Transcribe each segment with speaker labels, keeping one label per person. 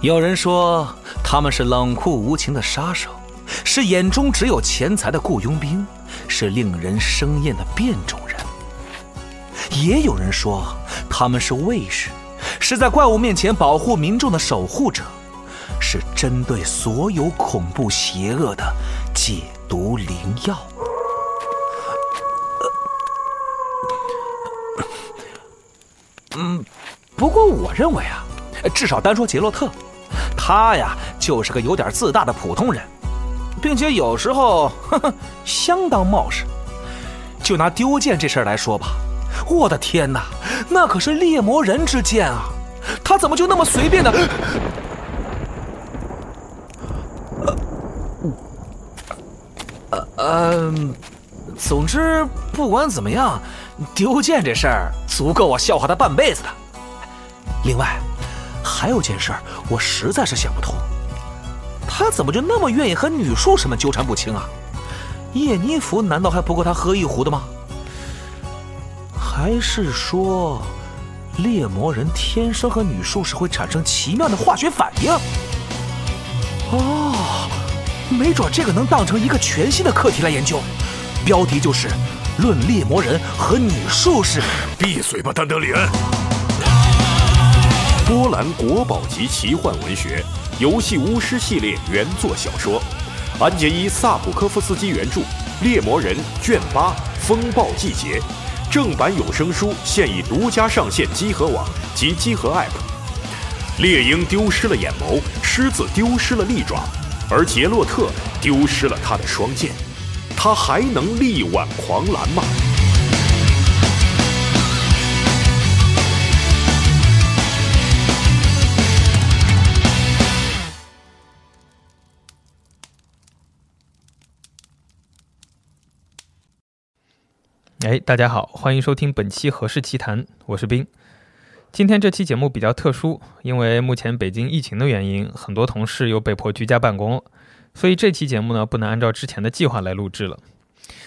Speaker 1: 有人说他们是冷酷无情的杀手，是眼中只有钱财的雇佣兵，是令人生厌的变种人。也有人说他们是卫士，是在怪物面前保护民众的守护者，是针对所有恐怖邪恶的解毒灵药。呃嗯不过我认为啊，至少单说杰洛特，他呀就是个有点自大的普通人，并且有时候 呵呵相当冒失。就拿丢剑这事儿来说吧，我的天哪，那可是猎魔人之剑啊！他怎么就那么随便的？ 呃，嗯、总之不管怎么样，丢剑这事儿足够我笑话他半辈子的。另外，还有件事儿，我实在是想不通，他怎么就那么愿意和女术士们纠缠不清啊？叶妮芙难道还不够他喝一壶的吗？还是说，猎魔人天生和女术士会产生奇妙的化学反应？哦，没准这个能当成一个全新的课题来研究，标题就是“论猎魔人和女术士”。
Speaker 2: 闭嘴吧，丹德里恩！波兰国宝级奇幻文学《游戏巫师》系列原作小说，安杰伊·萨普科夫斯基原著《猎魔人》卷八《风暴季节》，正版有声书现已独家上线集合网及集合 App。猎鹰丢失了眼眸，狮子丢失了利爪，而杰洛特丢失了他的双剑，他还能力挽狂澜吗？
Speaker 3: 哎，大家好，欢迎收听本期《何氏奇谈》，我是冰。今天这期节目比较特殊，因为目前北京疫情的原因，很多同事又被迫居家办公了，所以这期节目呢不能按照之前的计划来录制了。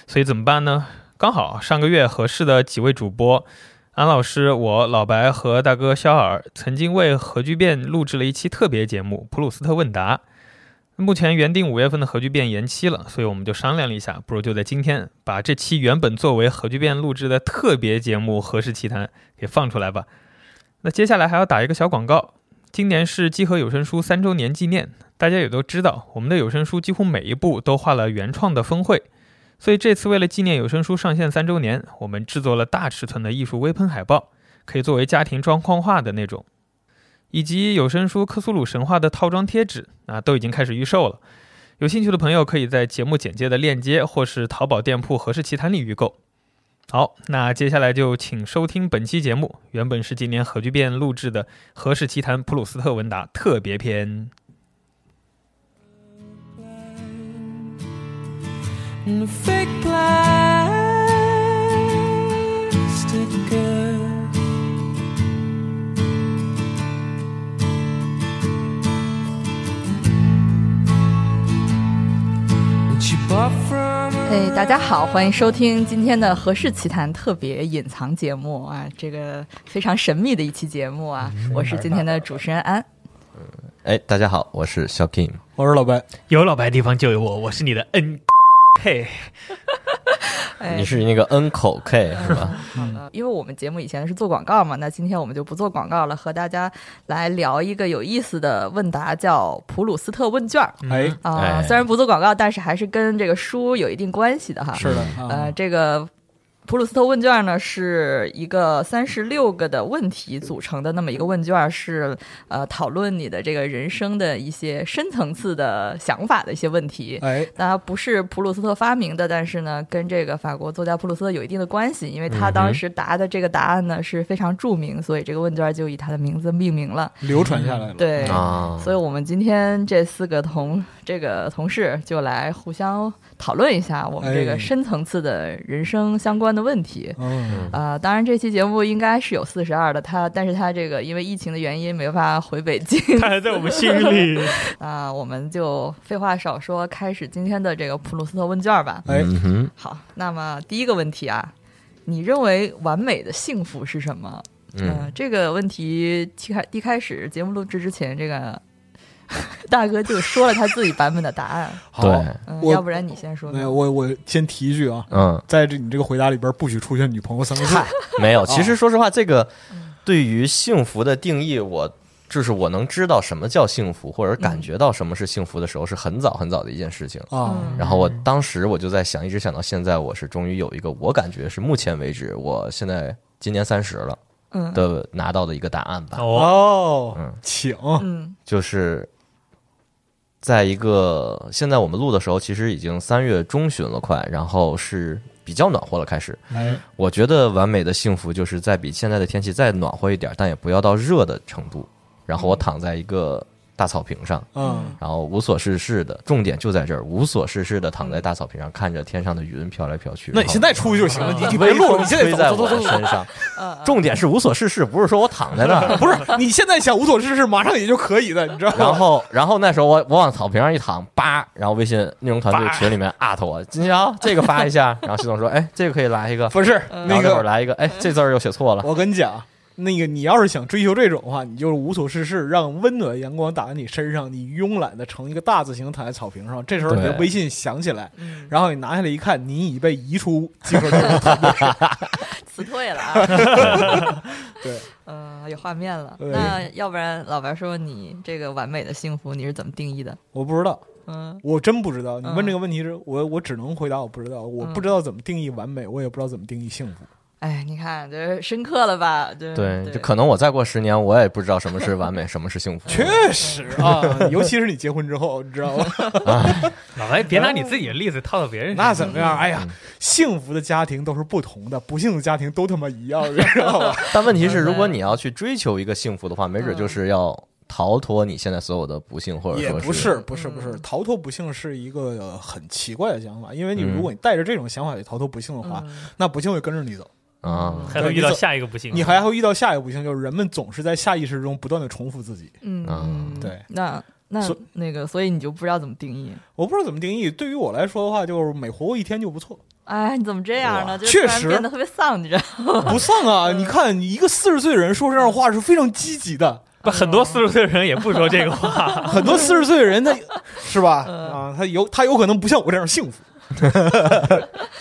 Speaker 3: 所以怎么办呢？刚好啊上个月合适的几位主播，安老师、我、老白和大哥肖尔，曾经为核聚变录制了一期特别节目《普鲁斯特问答》。目前原定五月份的核聚变延期了，所以我们就商量了一下，不如就在今天把这期原本作为核聚变录制的特别节目《何氏奇谈》给放出来吧。那接下来还要打一个小广告，今年是集合有声书三周年纪念，大家也都知道，我们的有声书几乎每一部都画了原创的峰会，所以这次为了纪念有声书上线三周年，我们制作了大尺寸的艺术微喷海报，可以作为家庭装框画的那种。以及有声书《克苏鲁神话》的套装贴纸啊，都已经开始预售了。有兴趣的朋友可以在节目简介的链接或是淘宝店铺《何氏奇谈》里预购。好，那接下来就请收听本期节目，原本是今年核聚变录制的《何氏奇谈·普鲁斯特文达》特别篇。
Speaker 4: and fake plastic girls. And she bought from
Speaker 5: 哎，大家好，欢迎收听今天的《何氏奇谈》特别隐藏节目啊，这个非常神秘的一期节目啊，
Speaker 6: 嗯
Speaker 5: 我是今天的主持人安。
Speaker 6: 哎，大家好，我是小 Kim。
Speaker 7: 我是老白，
Speaker 8: 有老白的地方就有我，我是你的 N。嘿，
Speaker 5: 哎
Speaker 6: 你，是那个 N 口 K
Speaker 5: 嗯
Speaker 6: 是吧？
Speaker 5: 好哎的因为我们节目以前是做广告嘛，那今天我们就不做广告了，和大家来聊一个有意思的问答，叫普鲁斯特问卷儿
Speaker 7: 哎，
Speaker 5: 啊、
Speaker 6: 哎
Speaker 5: 虽然不做广告，但是还是跟这个书有一定关系的哈。
Speaker 7: 是的，啊
Speaker 4: 嗯
Speaker 5: 呃，这个普鲁斯特问卷呢是一个三十六个的问题组成的那么一个问卷，是呃讨论你的这个人生的一些深层次的想法的一些问题。
Speaker 7: 哎，
Speaker 5: 当然不是普鲁斯特发明的，但是呢，跟这个法国作家普鲁斯特有一定的关系，因为
Speaker 7: 嗯
Speaker 5: 他当时答的这个答案呢是非常著名，所以这个问卷就以他的名字命名了。
Speaker 7: 流传下来了，
Speaker 5: 对，
Speaker 8: 哦
Speaker 6: 啊，
Speaker 5: 所以我们今天这四个同这个同事就来互相讨论一下我们这
Speaker 7: 哎
Speaker 5: 个深层次的人生相关的问题。
Speaker 7: 嗯，
Speaker 5: 呃，当然这期节目应该是有四十二的，他但是他这个因为疫情的原因没法回北京
Speaker 8: 他还在我们心里。
Speaker 5: 啊、我们就废话少说，开始今天的这个普鲁斯特问卷吧。
Speaker 7: 哎，
Speaker 6: 嗯哼，
Speaker 5: 好，那么第一个问题啊，你认为完美的幸福是什么？
Speaker 6: 嗯，
Speaker 5: 这个问题一开一开始节目录制之前，这个 大哥就说了他自己版本的答案，
Speaker 4: 好，
Speaker 6: 对，
Speaker 5: 嗯，
Speaker 4: 我
Speaker 5: 要不然你先说吧
Speaker 4: 没。有我我先提一句啊，
Speaker 6: 嗯，
Speaker 4: 在这你这个回答里边不许出现“女朋友”三个字。
Speaker 6: 没
Speaker 5: 哦
Speaker 6: 有。其实说实话，这个
Speaker 5: 嗯
Speaker 6: 对于幸福的定义，我就是我能知道什么叫幸福，或者感觉到什么是幸福的时候，是很早很早的一件事情。
Speaker 4: 啊，
Speaker 5: 嗯
Speaker 6: 然后我当时我就在想，一直想到现在，我是终于有一个我感觉是目前为止，我现在今年三十了
Speaker 5: 嗯
Speaker 6: 的拿到的一个答案吧，
Speaker 3: 哦，
Speaker 4: 哦
Speaker 6: 嗯，
Speaker 4: 请
Speaker 5: 嗯
Speaker 6: 就是在一个现在我们录的时候，其实已经三月中旬了，快，然后是比较暖和了，开始。
Speaker 4: 哎，
Speaker 6: 我觉得完美的幸福就是在比现在的天气再暖和一点，但也不要到热的程度。然后我躺在一个大草坪上，
Speaker 4: 嗯，
Speaker 6: 然后无所事事的，重点就在这儿，无所事事的躺在大草坪上，看着天上的云飘来飘去。
Speaker 4: 那你现在出去就行了，你你别
Speaker 6: 嗯微
Speaker 4: 录了，
Speaker 6: 风
Speaker 4: 你现在
Speaker 6: 吹在
Speaker 4: 走
Speaker 6: 我
Speaker 4: 走走
Speaker 6: 的
Speaker 4: 走走。
Speaker 6: 身上，
Speaker 5: 嗯
Speaker 6: 重点是无所事事，不是说我躺在那儿。
Speaker 4: 不是，你现在想无所事事，马上也就可以的，你 知道
Speaker 6: 然
Speaker 4: 吗？
Speaker 6: 后，然后那时候我我往草坪上一躺，叭，然后微信内容团队群里面 at 我，金霄这个发一下，然后系统说，哎，这个可以来一个，
Speaker 4: 不是
Speaker 6: 然
Speaker 4: 那
Speaker 6: 后那会儿
Speaker 4: 个，嗯
Speaker 6: 来一个，哎，这字儿又写错了，
Speaker 4: 我跟你讲，那个你要是想追求这种的话，你就是无所事事，让温暖的阳光打在你身上，你慵懒的成一个大字形躺在草坪上。这时候你的
Speaker 6: 对
Speaker 4: 微信响起来，
Speaker 5: 嗯，
Speaker 4: 然后你拿下来一看，你已被移出集合内容团队。
Speaker 5: 辞退了啊。
Speaker 4: 对，
Speaker 5: 嗯，有画面了。
Speaker 4: 对
Speaker 5: 那要不然老白说你这个完美的幸福你是怎么定义的？
Speaker 4: 我不知道，
Speaker 5: 嗯
Speaker 4: 我真不知道。你问
Speaker 5: 嗯
Speaker 4: 这个问题是，我我只能回答我不知道，我不
Speaker 5: 嗯
Speaker 4: 知道怎么定义完美，我也不知道怎么定义幸福。
Speaker 5: 哎，你看，这深刻了吧？这
Speaker 6: 对，就可能我再过十年，我也不知道什么是完美，什么是幸福。
Speaker 4: 确实啊， 尤其是你结婚之后，你知 道吗？
Speaker 3: 老白，别拿你自己的例子套到别人身上。
Speaker 4: 那怎么样？哎呀，幸福的家庭都是不同的，不幸福的家庭都他妈一样，你知道吧？
Speaker 6: 但问题是，如果你要去追求一个幸福的话，没准就是要逃脱你现在所有的不幸，或者
Speaker 4: 也
Speaker 6: 说
Speaker 4: 不
Speaker 6: 是
Speaker 4: 是，不是，不是，逃脱不幸是一个呃很奇怪的想法，因为
Speaker 6: 嗯
Speaker 4: 你如果你带着这种想法去逃脱不幸的话，那不幸会跟着你走，
Speaker 6: 啊，
Speaker 3: 还会遇到下一个不幸？
Speaker 4: 你还会遇到下一个不幸，就是人们总是在下意识中不断的重复自己。
Speaker 5: 嗯
Speaker 6: 嗯
Speaker 5: 嗯，
Speaker 4: 对
Speaker 5: 那。那
Speaker 4: 所
Speaker 5: 那个，所以你就不知道怎么定义？
Speaker 4: 我不知道怎么定义，对于我来说的话，就是每活过一天就不错，
Speaker 5: 哎，你怎么这样呢？就
Speaker 4: 确
Speaker 5: 突然
Speaker 4: 实
Speaker 5: 变得特别丧，你知道吗？
Speaker 4: 不丧啊！你看，一个四十岁的人说这样的话是非常积极的，
Speaker 3: 不很多四十岁的人也不说这个话。
Speaker 4: 很多四十岁的人他是吧？啊，他有他有可能不像我这样幸福。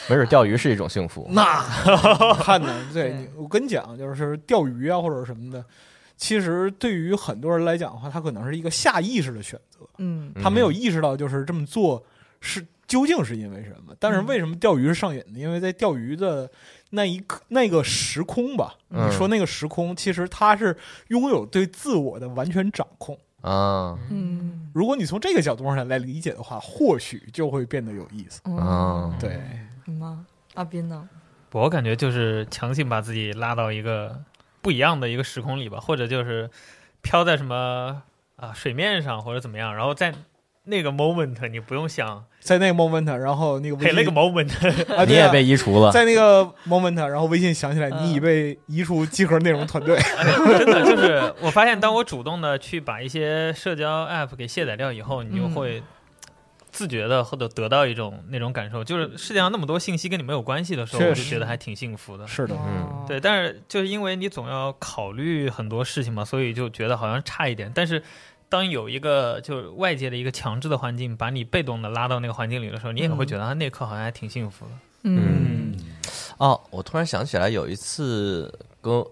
Speaker 6: 没准钓鱼是一种幸福。
Speaker 4: 那看呢，对
Speaker 5: 对
Speaker 4: 你，我跟你讲，就是钓鱼啊或者什么的，其实对于很多人来讲的话，他可能是一个下意识的选择，
Speaker 5: 嗯
Speaker 6: 嗯
Speaker 4: 他没有意识到就是这么做是究竟是因为什么。但是为什么钓鱼是上瘾的？因为在钓鱼的那一刻那个时空吧，
Speaker 6: 嗯
Speaker 4: 你说那个时空，其实他是拥有对自我的完全掌控。
Speaker 6: 啊
Speaker 5: 嗯
Speaker 4: 如果你从这个角度上来理解的话，或许就会变得有意思。
Speaker 5: 嗯，
Speaker 6: 啊，
Speaker 4: 对，
Speaker 5: 什么？阿斌呢？
Speaker 3: 我感觉就是强行把自己拉到一个不一样的一个时空里吧，或者就是飘在什么啊水面上或者怎么样，然后在那个 moment 你不用想，
Speaker 4: 在那个 moment，然后那个微
Speaker 3: 嘿，
Speaker 4: 信
Speaker 3: 那个 moment
Speaker 4: 啊，
Speaker 6: 你
Speaker 4: 对啊
Speaker 6: 也被移除了。
Speaker 4: 在那个 moment，然后微信想起来你已
Speaker 5: 嗯
Speaker 4: 被移出集合内容团 队。
Speaker 3: 真的就是我发现，当我主动的去把一些社交 app 给卸载掉以后，你
Speaker 4: 嗯
Speaker 3: 就会。自觉的或者得到一种那种感受，就是世界上那么多信息跟你没有关系的时候，
Speaker 4: 确
Speaker 3: 我就
Speaker 4: 实
Speaker 3: 觉得还挺幸福的。
Speaker 4: 是，
Speaker 6: 嗯
Speaker 5: 哦
Speaker 3: 对，但是就是因为你总要考虑很多事情嘛，所以就觉得好像差一点。但是当有一个就是外界的一个强制的环境把你被动的拉到那个环境里的时候，你也会觉得啊，那一刻好像还挺幸福的。
Speaker 5: 嗯，
Speaker 6: 哦，我突然想起来，有一次跟，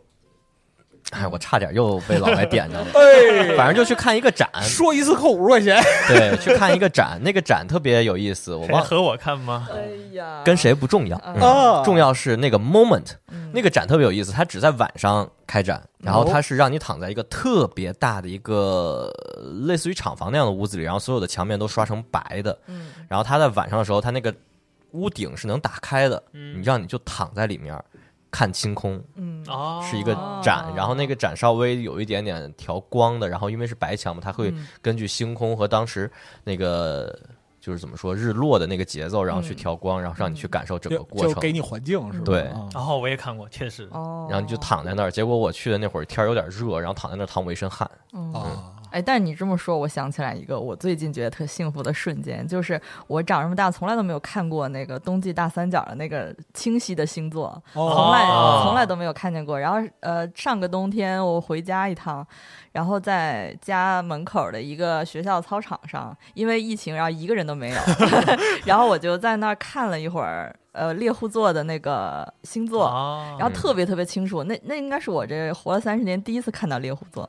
Speaker 6: 哎，我差点又被老白点着了。
Speaker 4: 哎，
Speaker 6: 反正就去看一个展，
Speaker 4: 说一次扣五十块钱，
Speaker 6: 对，去看一个展，那个展特别有意思，我
Speaker 3: 谁
Speaker 6: 忘了
Speaker 3: 和我看 吗？
Speaker 5: 哎呀，
Speaker 6: 跟谁不重要，
Speaker 5: 啊
Speaker 4: 啊
Speaker 6: 嗯重要是那个 moment，
Speaker 5: 嗯
Speaker 6: 那个展特别有意思，它只在晚上开展，然后它是让你躺在一个特别大的一个呃类似于厂房那样的屋子里，然后所有的墙面都刷成白的，
Speaker 5: 嗯
Speaker 6: 然后它在晚上的时候，它那个屋顶是能打开的，
Speaker 4: 嗯
Speaker 6: 你让你就躺在里面看星空，
Speaker 5: 嗯
Speaker 3: 哦，
Speaker 6: 是一个展，然后那个展稍微有一点点调光的，然后因为是白墙嘛，它会
Speaker 5: 嗯
Speaker 6: 根据星空和当时那个就是怎么说日落的那个节奏，然后去
Speaker 5: 嗯
Speaker 6: 调光，然后让你去感受整个
Speaker 4: 就
Speaker 6: 过
Speaker 4: 就给
Speaker 6: 程。
Speaker 4: 你环境是吧？
Speaker 6: 对
Speaker 4: 啊
Speaker 3: 然后我也看过，确实，
Speaker 5: 哦，
Speaker 6: 然后你就躺在那儿，结果我去的那会儿天儿有点热，然后躺在那儿淌我一身汗，
Speaker 5: 嗯
Speaker 4: 啊，
Speaker 5: 哎，但是你这么说，我想起来一个我最近觉得特幸福的瞬间，就是我长这么大从来都没有看过那个冬季大三角的那个清晰的星座，从
Speaker 4: 哦
Speaker 5: 来从来都没有看见过。然后呃，上个冬天我回家一趟，然后在家门口的一个学校操场上，因为疫情，然后一个人都 没有，然后我就在那儿看了一会儿，呃，猎户座的那个星座，
Speaker 3: 哦
Speaker 4: 嗯
Speaker 5: 然后特别特别清楚，那那应该是我这活了三十年第一次看到猎户座，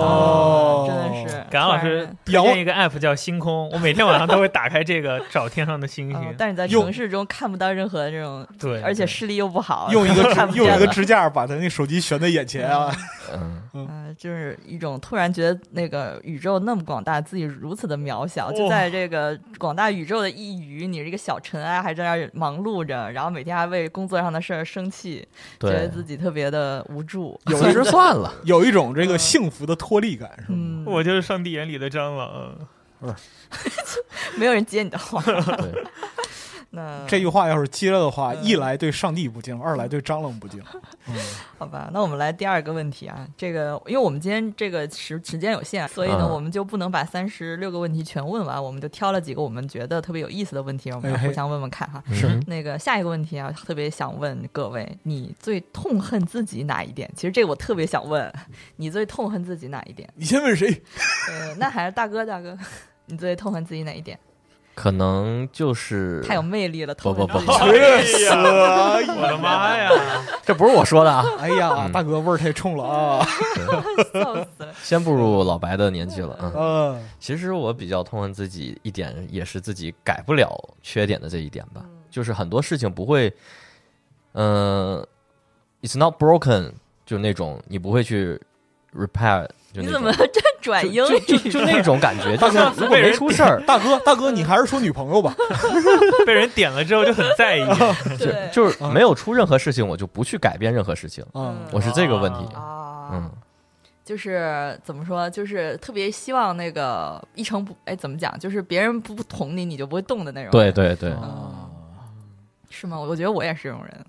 Speaker 4: 哦
Speaker 5: 真的是。
Speaker 3: 感恩老
Speaker 5: 突然
Speaker 3: 师
Speaker 5: 间
Speaker 3: 推荐一个 app 叫星空，我每天晚上都会打开这个找天上的星
Speaker 5: 嗯
Speaker 3: 星。
Speaker 5: 但是在
Speaker 4: 用
Speaker 5: 城市中看不到任何这种，
Speaker 3: 对，
Speaker 5: 而且视力又不好，
Speaker 4: 用一个支
Speaker 5: 看不见
Speaker 4: 用一个
Speaker 5: 了
Speaker 4: 支架把他那手机悬在眼前啊，
Speaker 6: 嗯，
Speaker 5: 呃，就是一种突然觉得那个宇宙那么广大，自己如此的渺小，就
Speaker 3: 哇
Speaker 5: 在这个广大宇宙的一隅，你是一个小尘埃，还在那儿忙碌着，然后每天还为工作上的事儿生气，觉得
Speaker 6: 对，
Speaker 5: 自己特别的无助。
Speaker 4: 有
Speaker 6: 其
Speaker 4: 一
Speaker 6: 实
Speaker 4: 种
Speaker 6: 算了，
Speaker 4: 有一种这个幸福的脱力感，是吗？
Speaker 5: 嗯，
Speaker 3: 我就是上帝眼里的蟑螂。
Speaker 5: 没有人接你的话。
Speaker 6: 对，
Speaker 5: 那
Speaker 4: 这句话要是接了的话，
Speaker 5: 嗯
Speaker 4: 一来对上帝不敬，二来对蟑螂不敬。
Speaker 5: 好吧，那我们来第二个问题啊，这个因为我们今天这个时时间有限，啊所以呢，
Speaker 6: 嗯
Speaker 5: 我们就不能把三十六个问题全问完，我们就挑了几个我们觉得特别有意思的问题，让我们
Speaker 4: 哎
Speaker 5: 来
Speaker 4: 嘿？
Speaker 5: 互相问问看哈。
Speaker 6: 嗯是
Speaker 5: 那个下一个问题啊，特别想问各位，你最痛恨自己哪一点？其实这个我特别想问，你最痛恨自己哪一点
Speaker 4: 你先问谁？
Speaker 5: 呃，那还是大哥，大哥，你最痛恨自己哪一点？
Speaker 6: 可能就是
Speaker 5: 太有魅力了，
Speaker 6: 不
Speaker 5: 痛
Speaker 6: 不
Speaker 5: 恨
Speaker 6: 不
Speaker 5: 自己，
Speaker 6: 哎
Speaker 3: 确实， 我的妈呀！
Speaker 6: 这不是我说 的啊，
Speaker 4: 哎呀，
Speaker 6: 嗯
Speaker 4: 大哥味儿太冲了啊！
Speaker 5: 哎笑死了。
Speaker 6: 先步入老白的年纪了啊。嗯
Speaker 4: 嗯，
Speaker 6: 其实我比较痛恨自己一点，也是自己改不了缺点的这一点吧，
Speaker 5: 嗯
Speaker 6: 就是很多事情不会，呃，it's not broken，就那种你不会去 repair，就
Speaker 5: 你
Speaker 6: 那
Speaker 5: 怎么
Speaker 6: 种
Speaker 5: 这转英
Speaker 6: 就就就
Speaker 5: 语？
Speaker 6: 就那种感 觉，就是如果没出事儿，
Speaker 4: 大哥，大哥，你还是说女朋友吧。
Speaker 3: 被人点了之后就很 在意。
Speaker 5: 对，
Speaker 6: 就是没有出任何事情，我就不去改变任何事情，
Speaker 4: 嗯，
Speaker 6: 我是这个问题，
Speaker 5: 啊，
Speaker 6: 嗯，
Speaker 5: 就是怎么说，就是特别希望那个一成不哎，怎么讲，就是别人不不捅你，你就不会动的那种。
Speaker 6: 对，哦对对，
Speaker 5: 嗯是吗？我觉得我也是这种人，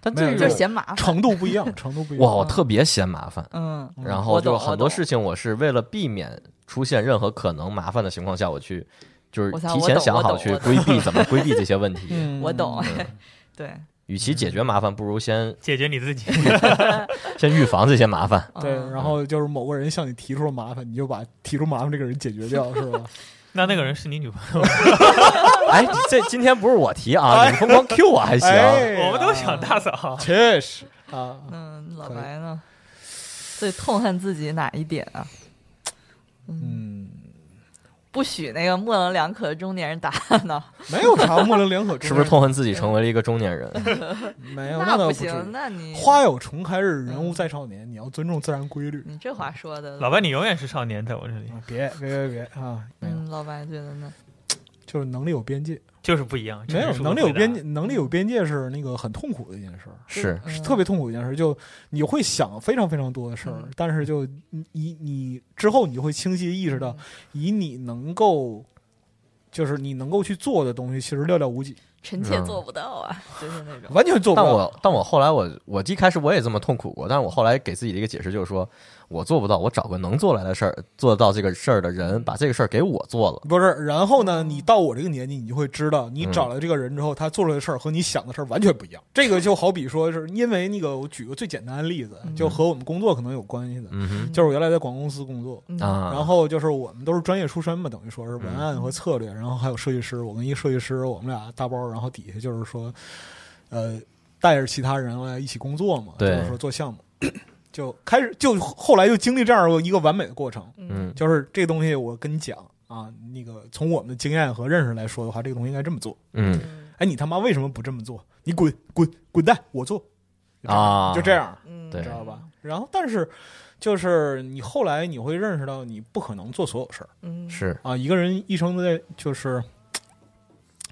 Speaker 6: 但
Speaker 4: 没有
Speaker 6: 这
Speaker 5: 就
Speaker 4: 对
Speaker 5: 是
Speaker 6: 种
Speaker 5: 嫌麻烦。
Speaker 4: 程度不一样，程度不一
Speaker 6: 哇，
Speaker 4: 样。
Speaker 6: 我特别嫌麻烦，
Speaker 5: 嗯，
Speaker 6: 然
Speaker 5: 我
Speaker 6: 后
Speaker 5: 懂
Speaker 6: 就
Speaker 5: 我
Speaker 6: 很
Speaker 5: 懂
Speaker 6: 多事情我是为了避免出现任何可能麻烦的情况下，我去就是
Speaker 5: 我想
Speaker 6: 提
Speaker 5: 我
Speaker 6: 前
Speaker 5: 懂
Speaker 6: 想
Speaker 5: 我
Speaker 6: 好
Speaker 5: 懂
Speaker 6: 去
Speaker 5: 我懂
Speaker 6: 规避怎么规避这些问题。
Speaker 4: 嗯
Speaker 5: 我懂。 对，
Speaker 6: 与其解决麻烦，不如先
Speaker 3: 解决你自 己，
Speaker 6: 先预防这些 麻烦。
Speaker 4: 对，
Speaker 5: 嗯
Speaker 4: 然后就是某个人向你提出了麻烦，你就把提出麻烦这个人解决 掉，是吧？
Speaker 3: 那那个人是你女朋友，
Speaker 6: 哎，这今天不是我提啊，你们光 Q 我还行。
Speaker 4: 哎呀
Speaker 3: 我们都想大嫂。
Speaker 4: 确实啊，
Speaker 5: 嗯，老
Speaker 4: 可以
Speaker 5: 白呢？最痛恨自己哪一点啊？
Speaker 4: 嗯，
Speaker 5: 不许那个模棱两可的中年人打 呢？
Speaker 4: 没有啥模棱两可，
Speaker 6: 是不是痛恨自己成为了一个 中年人？
Speaker 4: 没有，
Speaker 5: 那
Speaker 4: 哎倒
Speaker 5: 不
Speaker 4: 至于
Speaker 5: 行，那你
Speaker 4: 花有重开日，人无再少年。你要尊重自然规律。
Speaker 5: 你这话说的，
Speaker 3: 老白，你永远是少年，在我这里
Speaker 4: 啊别别别别啊！没有，
Speaker 5: 嗯，老白觉得呢？
Speaker 4: 就是能力有边界，
Speaker 3: 就是不一样。
Speaker 4: 没有
Speaker 3: 这就是我
Speaker 4: 能力有
Speaker 3: 回答
Speaker 4: 边界，能力有边界是那个很痛苦的一件事儿，
Speaker 6: 是
Speaker 5: 嗯
Speaker 4: 是特别痛苦的一件事儿。就你会想非常非常多的事儿
Speaker 5: 嗯，
Speaker 4: 但是就你你你之后，你就会清晰地意识到，以你能够，就是你能够去做的东西，其实寥寥无几，
Speaker 5: 臣妾
Speaker 6: 嗯
Speaker 5: 做不到啊，就是那种。
Speaker 4: 完全做不
Speaker 6: 但
Speaker 4: 到。
Speaker 6: 我但我后来我我一开始我也这么痛苦过，但是我后来给自己的一个解释就是说，我做不到，我找个能做来的事儿，做到这个事儿的人，把这个事儿给我做了。
Speaker 4: 不是，然后呢？你到我这个年纪，你就会知道，你找了这个人之后，他做出来的事儿和你想的事儿完全不一样。这个就好比说是因为那个，我举个最简单的例子，
Speaker 5: 嗯
Speaker 4: 就和我们工作可能有关系的，
Speaker 6: 嗯
Speaker 4: 就是我原来在广告公司工作，
Speaker 5: 嗯
Speaker 6: 哼啊，
Speaker 4: 然后就是我们都是专业出身嘛，等于说是文案和策
Speaker 6: 嗯
Speaker 4: 略，然后还有设计师，我跟一设计师，我们俩搭包，然后底下就是说，呃，带着其他人来一起工作嘛，就
Speaker 6: 对
Speaker 4: 是说做项目， 就开始就后来就经历这样一个完美的过程，
Speaker 6: 嗯
Speaker 4: 就是这东西我跟你讲啊，那个从我们的经验和认识来说的话，这个东西应该这么做。
Speaker 6: 嗯
Speaker 4: 哎，你他妈为什么不这么做？你滚滚滚蛋，我做
Speaker 6: 啊，
Speaker 4: 就这样，
Speaker 5: 嗯，
Speaker 6: 对
Speaker 4: 知道吧？然后但是就是你后来你会认识到，你不可能做所有事儿
Speaker 5: 嗯，
Speaker 6: 是
Speaker 4: 啊。一个人一生在就是。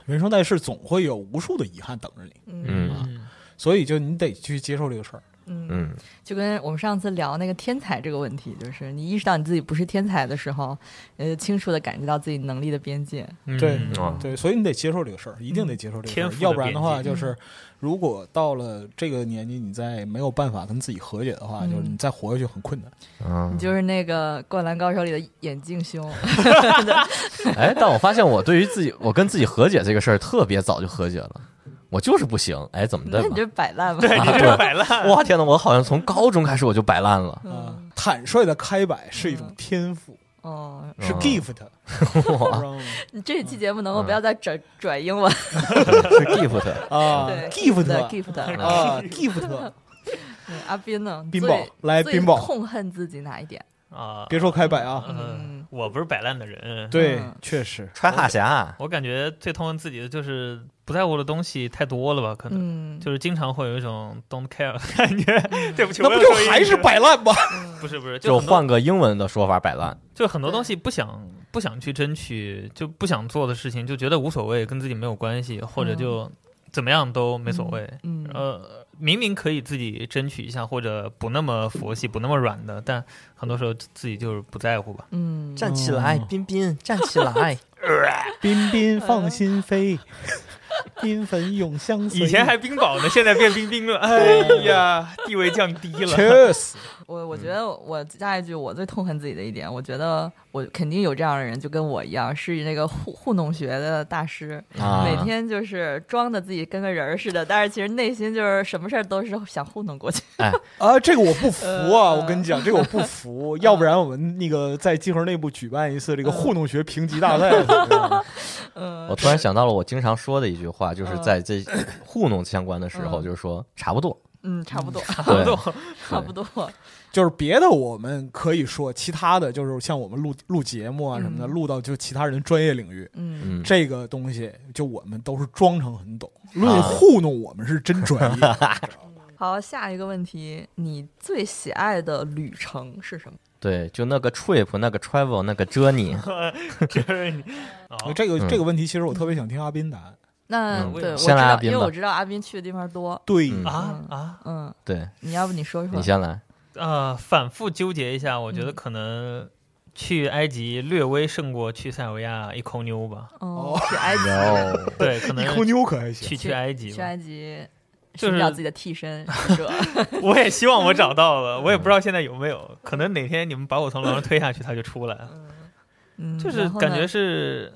Speaker 4: 人生在世，总会有无数的遗憾等着你，
Speaker 5: 嗯
Speaker 6: 嗯
Speaker 3: 嗯
Speaker 4: 所以就你得去接受这个事儿。
Speaker 5: 嗯，
Speaker 6: 嗯，
Speaker 5: 就跟我们上次聊那个天才这个问题，就是你意识到你自己不是天才的时候，呃，清楚的感觉到自己能力的边界。
Speaker 3: 嗯
Speaker 4: 对
Speaker 6: 啊
Speaker 4: 对，所以你得接受这个事儿，一定得接受这个事
Speaker 3: 天
Speaker 4: 儿
Speaker 3: 赋，
Speaker 5: 嗯
Speaker 3: 的
Speaker 4: 要不然的话
Speaker 3: 边界
Speaker 4: 就是，如果到了这个年纪，你再没有办法跟自己和解的话，
Speaker 5: 嗯
Speaker 4: 就是你再活下去很困难。
Speaker 6: 啊
Speaker 5: 你就是那个《灌篮高手》里的眼镜兄，
Speaker 6: 哎，但我发现我对于自己，我跟自己和解这个事儿特别早就和解了，我就是不行，哎，怎么
Speaker 5: 那
Speaker 6: 的
Speaker 5: 你
Speaker 6: 吧
Speaker 5: 就？摆烂吧。
Speaker 3: 对，你这摆烂，
Speaker 6: 哇天哪，我好像从高中开始我就摆烂 了，
Speaker 4: 啊，
Speaker 5: 嗯
Speaker 4: 坦率的开摆是一种天赋，
Speaker 5: 哦，
Speaker 4: 是
Speaker 6: 嗯
Speaker 4: gift，知道吗？
Speaker 5: 你这期节目能够不要再转转英文？
Speaker 6: 是 gift，
Speaker 4: 啊
Speaker 5: 对
Speaker 4: ，gift
Speaker 5: gift
Speaker 4: 啊，gift，
Speaker 5: 嗯阿斌呢？
Speaker 4: 冰
Speaker 5: 最
Speaker 4: 雹来
Speaker 5: 最
Speaker 4: 冰雹
Speaker 5: 痛恨自己哪一点？
Speaker 3: 啊！
Speaker 4: 别说开摆啊，
Speaker 3: 嗯
Speaker 5: 嗯，
Speaker 3: 我不是摆烂的人，
Speaker 4: 对
Speaker 5: 嗯，
Speaker 4: 确实，
Speaker 6: 穿哈侠，啊
Speaker 3: 我感觉最痛恨自己的就是不在乎的东西太多了吧，可能。
Speaker 5: 嗯，
Speaker 3: 就是经常会有一种 don't care 的感觉，对不起，
Speaker 4: 嗯那
Speaker 3: 我
Speaker 4: 不
Speaker 3: 又
Speaker 4: 就
Speaker 3: 说英
Speaker 4: 还
Speaker 3: 语
Speaker 4: 是？摆烂吗？
Speaker 3: 不是不是，
Speaker 6: 就
Speaker 3: 很多
Speaker 6: 换个英文的说法摆烂，
Speaker 3: 就很多东西不想不想去争取，就不想做的事情，就觉得无所谓，跟自己没有关系，或
Speaker 4: 嗯
Speaker 3: 者就怎么样都没所谓。
Speaker 5: 嗯，
Speaker 3: 呃，明明可以自己争取一下，或者不那么佛系、不那么软的，但很多时候自己就是不在乎吧。
Speaker 5: 嗯，
Speaker 6: 站起来，彬彬，站起来，
Speaker 4: 彬彬放心飞，缤纷永相随。
Speaker 3: 以前还冰雹呢，现在变冰冰了，哎呀，地位降低 了。
Speaker 4: Cheers，
Speaker 5: 我我觉得我加一句，我最痛恨自己的一点，我觉得我肯定有这样的人，就跟我一样，是那个糊糊弄学的大师，
Speaker 6: 啊
Speaker 5: 每天就是装的自己跟个人儿似的，但是其实内心就是什么事儿都是想糊弄过去。
Speaker 6: 哎
Speaker 4: 啊，这个我不服啊！
Speaker 5: 呃
Speaker 4: 我跟你讲，这个我不服，要不然我们那个在集合内部举办一次这个糊弄学评级大 赛。
Speaker 5: 嗯
Speaker 6: 我突然想到了我经常说的一句话，就是
Speaker 5: 嗯
Speaker 6: 在这糊弄相关的时
Speaker 5: 嗯
Speaker 6: 候，就是说差不多，
Speaker 5: 嗯，差不多，
Speaker 6: 对，
Speaker 5: 差不多。
Speaker 4: 就是别的我们可以说，其他的就是像我们录录节目啊什么的，
Speaker 5: 嗯
Speaker 4: 录到就其他人专业领域，
Speaker 5: 嗯，
Speaker 6: 嗯，
Speaker 4: 这个东西就我们都是装成很懂，
Speaker 5: 啊
Speaker 4: 论糊弄我们是真专 业。
Speaker 5: 好，下一个问题，你最喜爱的旅程是什么？
Speaker 6: 对，就那个 trip，那个 travel，那个 journey，
Speaker 3: 就是你哦
Speaker 4: 这个
Speaker 6: 嗯
Speaker 4: 这个问题，其实我特别想听阿斌答案。
Speaker 5: 那
Speaker 6: 嗯
Speaker 5: 对，我知
Speaker 6: 先来阿
Speaker 5: 道，
Speaker 6: 斌
Speaker 5: 因为
Speaker 6: 吧
Speaker 5: 我知道阿斌去的地方多。
Speaker 4: 对
Speaker 6: 嗯
Speaker 3: 啊啊
Speaker 5: 嗯，
Speaker 6: 对
Speaker 5: 你要不你说说
Speaker 6: 你？先来，
Speaker 3: 啊！反复纠结一下，我觉得
Speaker 5: 嗯
Speaker 3: 可能去埃及略微胜过去塞尔维亚一抠妞 吧。
Speaker 5: 哦，去埃及，
Speaker 6: 哦，
Speaker 3: 对，可
Speaker 4: 你
Speaker 3: 能
Speaker 4: 抠妞可还行？
Speaker 3: 去去埃及
Speaker 5: 去
Speaker 3: 吧。
Speaker 5: 埃及
Speaker 3: 就
Speaker 5: 寻找
Speaker 3: 是
Speaker 5: 自己的替 身使者。
Speaker 3: 我也希望我找到了，我也不知道现在有没有，可能哪天你们把我从楼上推下去，他就出来了。
Speaker 5: 嗯，
Speaker 3: 就是
Speaker 5: 然后
Speaker 3: 感
Speaker 5: 呢
Speaker 3: 觉是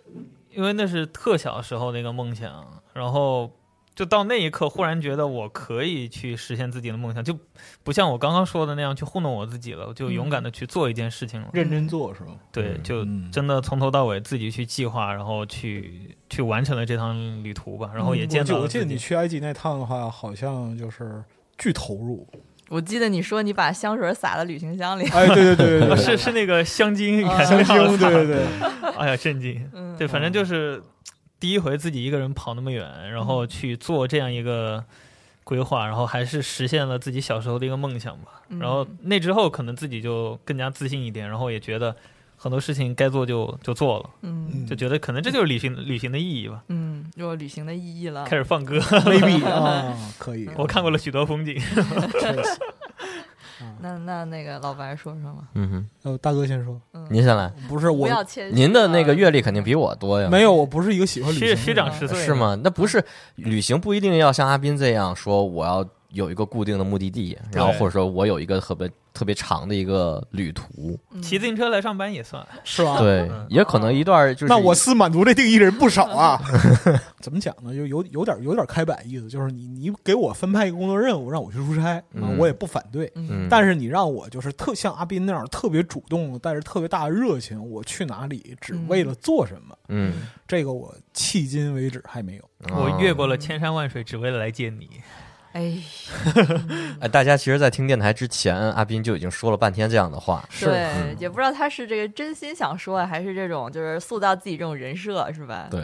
Speaker 3: 因为那是特小时候的一个梦想，然后就到那一刻忽然觉得我可以去实现自己的梦想，就不像我刚刚说的那样去糊弄我自己了，我就勇敢的
Speaker 4: 嗯
Speaker 3: 去做一件事情了。
Speaker 4: 认真做是吗？
Speaker 3: 对，就
Speaker 4: 嗯
Speaker 3: 真的从头到尾自己去计划，然后去去完成了这趟旅途吧，然后也
Speaker 5: 嗯
Speaker 3: 见
Speaker 4: 我记
Speaker 3: 到
Speaker 4: 我
Speaker 3: 了
Speaker 4: 记
Speaker 3: 自
Speaker 4: 得你
Speaker 3: 己。
Speaker 4: 去埃及那趟的话，好像就是巨投入。
Speaker 5: 我记得你说你把香水洒到旅行箱里，
Speaker 4: 哎，对对对对对，
Speaker 3: 是是那个香精，
Speaker 5: 啊
Speaker 3: 感觉好
Speaker 4: 对对对，
Speaker 3: 哎呀，震惊！
Speaker 5: 嗯
Speaker 3: 对，反正就是第一回自己一个人跑那么远，然
Speaker 5: 嗯
Speaker 3: 后去做这样一个规划，然后还是实现了自己小时候的一个梦想吧。
Speaker 5: 嗯
Speaker 3: 然后那之后，可能自己就更加自信一点，然后也觉得很多事情该做就就做了，
Speaker 5: 嗯
Speaker 3: 就觉得可能这就是旅行旅行的意义吧。
Speaker 5: 嗯，又有旅行的意义了
Speaker 3: 开。始放歌，
Speaker 5: 嗯
Speaker 4: maybe 啊，可以。
Speaker 3: 我看过了许多风景。
Speaker 4: 确实
Speaker 5: 那那那个老白说说嘛，
Speaker 6: 嗯哼，
Speaker 4: 呃，大哥先说，
Speaker 6: 您先来，
Speaker 4: 不是
Speaker 5: 不要
Speaker 4: 我，
Speaker 5: 谦虚啊。
Speaker 6: 您的那个阅历肯定比我多呀，
Speaker 4: 没有，我不是一 个喜欢旅行
Speaker 3: 学
Speaker 4: 的
Speaker 3: 学
Speaker 4: 人
Speaker 3: 长十岁
Speaker 6: 是？吗？那不是旅行不一定要像阿斌这样说，我要有一个固定的目的地，然后或者说我有一个特别特别长的一个旅途，
Speaker 5: 嗯
Speaker 3: 骑自行车来上班也算。
Speaker 4: 是吧？
Speaker 6: 对，也可能一段就是
Speaker 4: 啊嗯那我司满足这定义人不少啊。 怎么讲呢？就有有点有点开摆意思，就是你你给我分派一个工作任务，让我去出差，啊
Speaker 6: 嗯
Speaker 4: 我也不反对。
Speaker 6: 嗯，
Speaker 4: 但是你让我就是特像阿斌那样特别主动，带着特别大的热情，我去哪里只为了做什么，
Speaker 6: 嗯，
Speaker 4: 这个我迄今为止还没有。
Speaker 3: 我
Speaker 6: 啊
Speaker 3: 越
Speaker 5: 嗯
Speaker 3: 过了千山万水，只为了来见你。
Speaker 5: 哎，
Speaker 6: 哎，大家其实，在听电台之前，阿斌就已经说了半天这样的话。
Speaker 5: 对，也不知道他是这个真心想说啊，还是这种就是塑造自己这种人设是 吧？
Speaker 6: 对，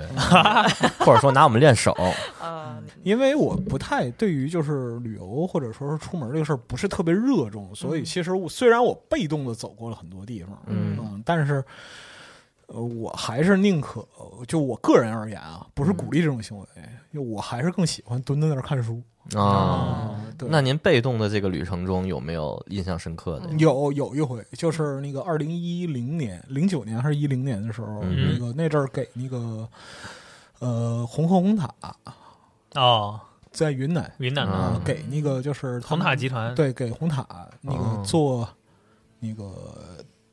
Speaker 6: 或者说拿我们练手，
Speaker 5: 啊，
Speaker 6: 嗯
Speaker 4: 因为我不太对于就是旅游或者说是出门这个事儿不是特别热衷，所以其实我虽然我被动的走过了很多地方，
Speaker 6: 嗯
Speaker 4: 但是。呃，我还是宁可就我个人
Speaker 6: 嗯
Speaker 4: 而言啊，不是鼓励这种行为，就我还是更喜欢蹲在那儿看书
Speaker 6: 啊，
Speaker 4: 对
Speaker 6: 那您被动的这个旅程中有没有印象深刻的？
Speaker 4: 有有一回，就是那个二零一零年、零九年还是一零年的时候，
Speaker 6: 嗯
Speaker 4: 那个那阵儿给那个呃红鹤红塔
Speaker 3: 哦，
Speaker 4: 在云南
Speaker 3: 云南
Speaker 4: 啊、
Speaker 3: 的
Speaker 6: 嗯
Speaker 4: 给那个就是他
Speaker 3: 红
Speaker 4: 们
Speaker 3: 塔集团，
Speaker 4: 对给红塔那
Speaker 6: 哦
Speaker 4: 个做那个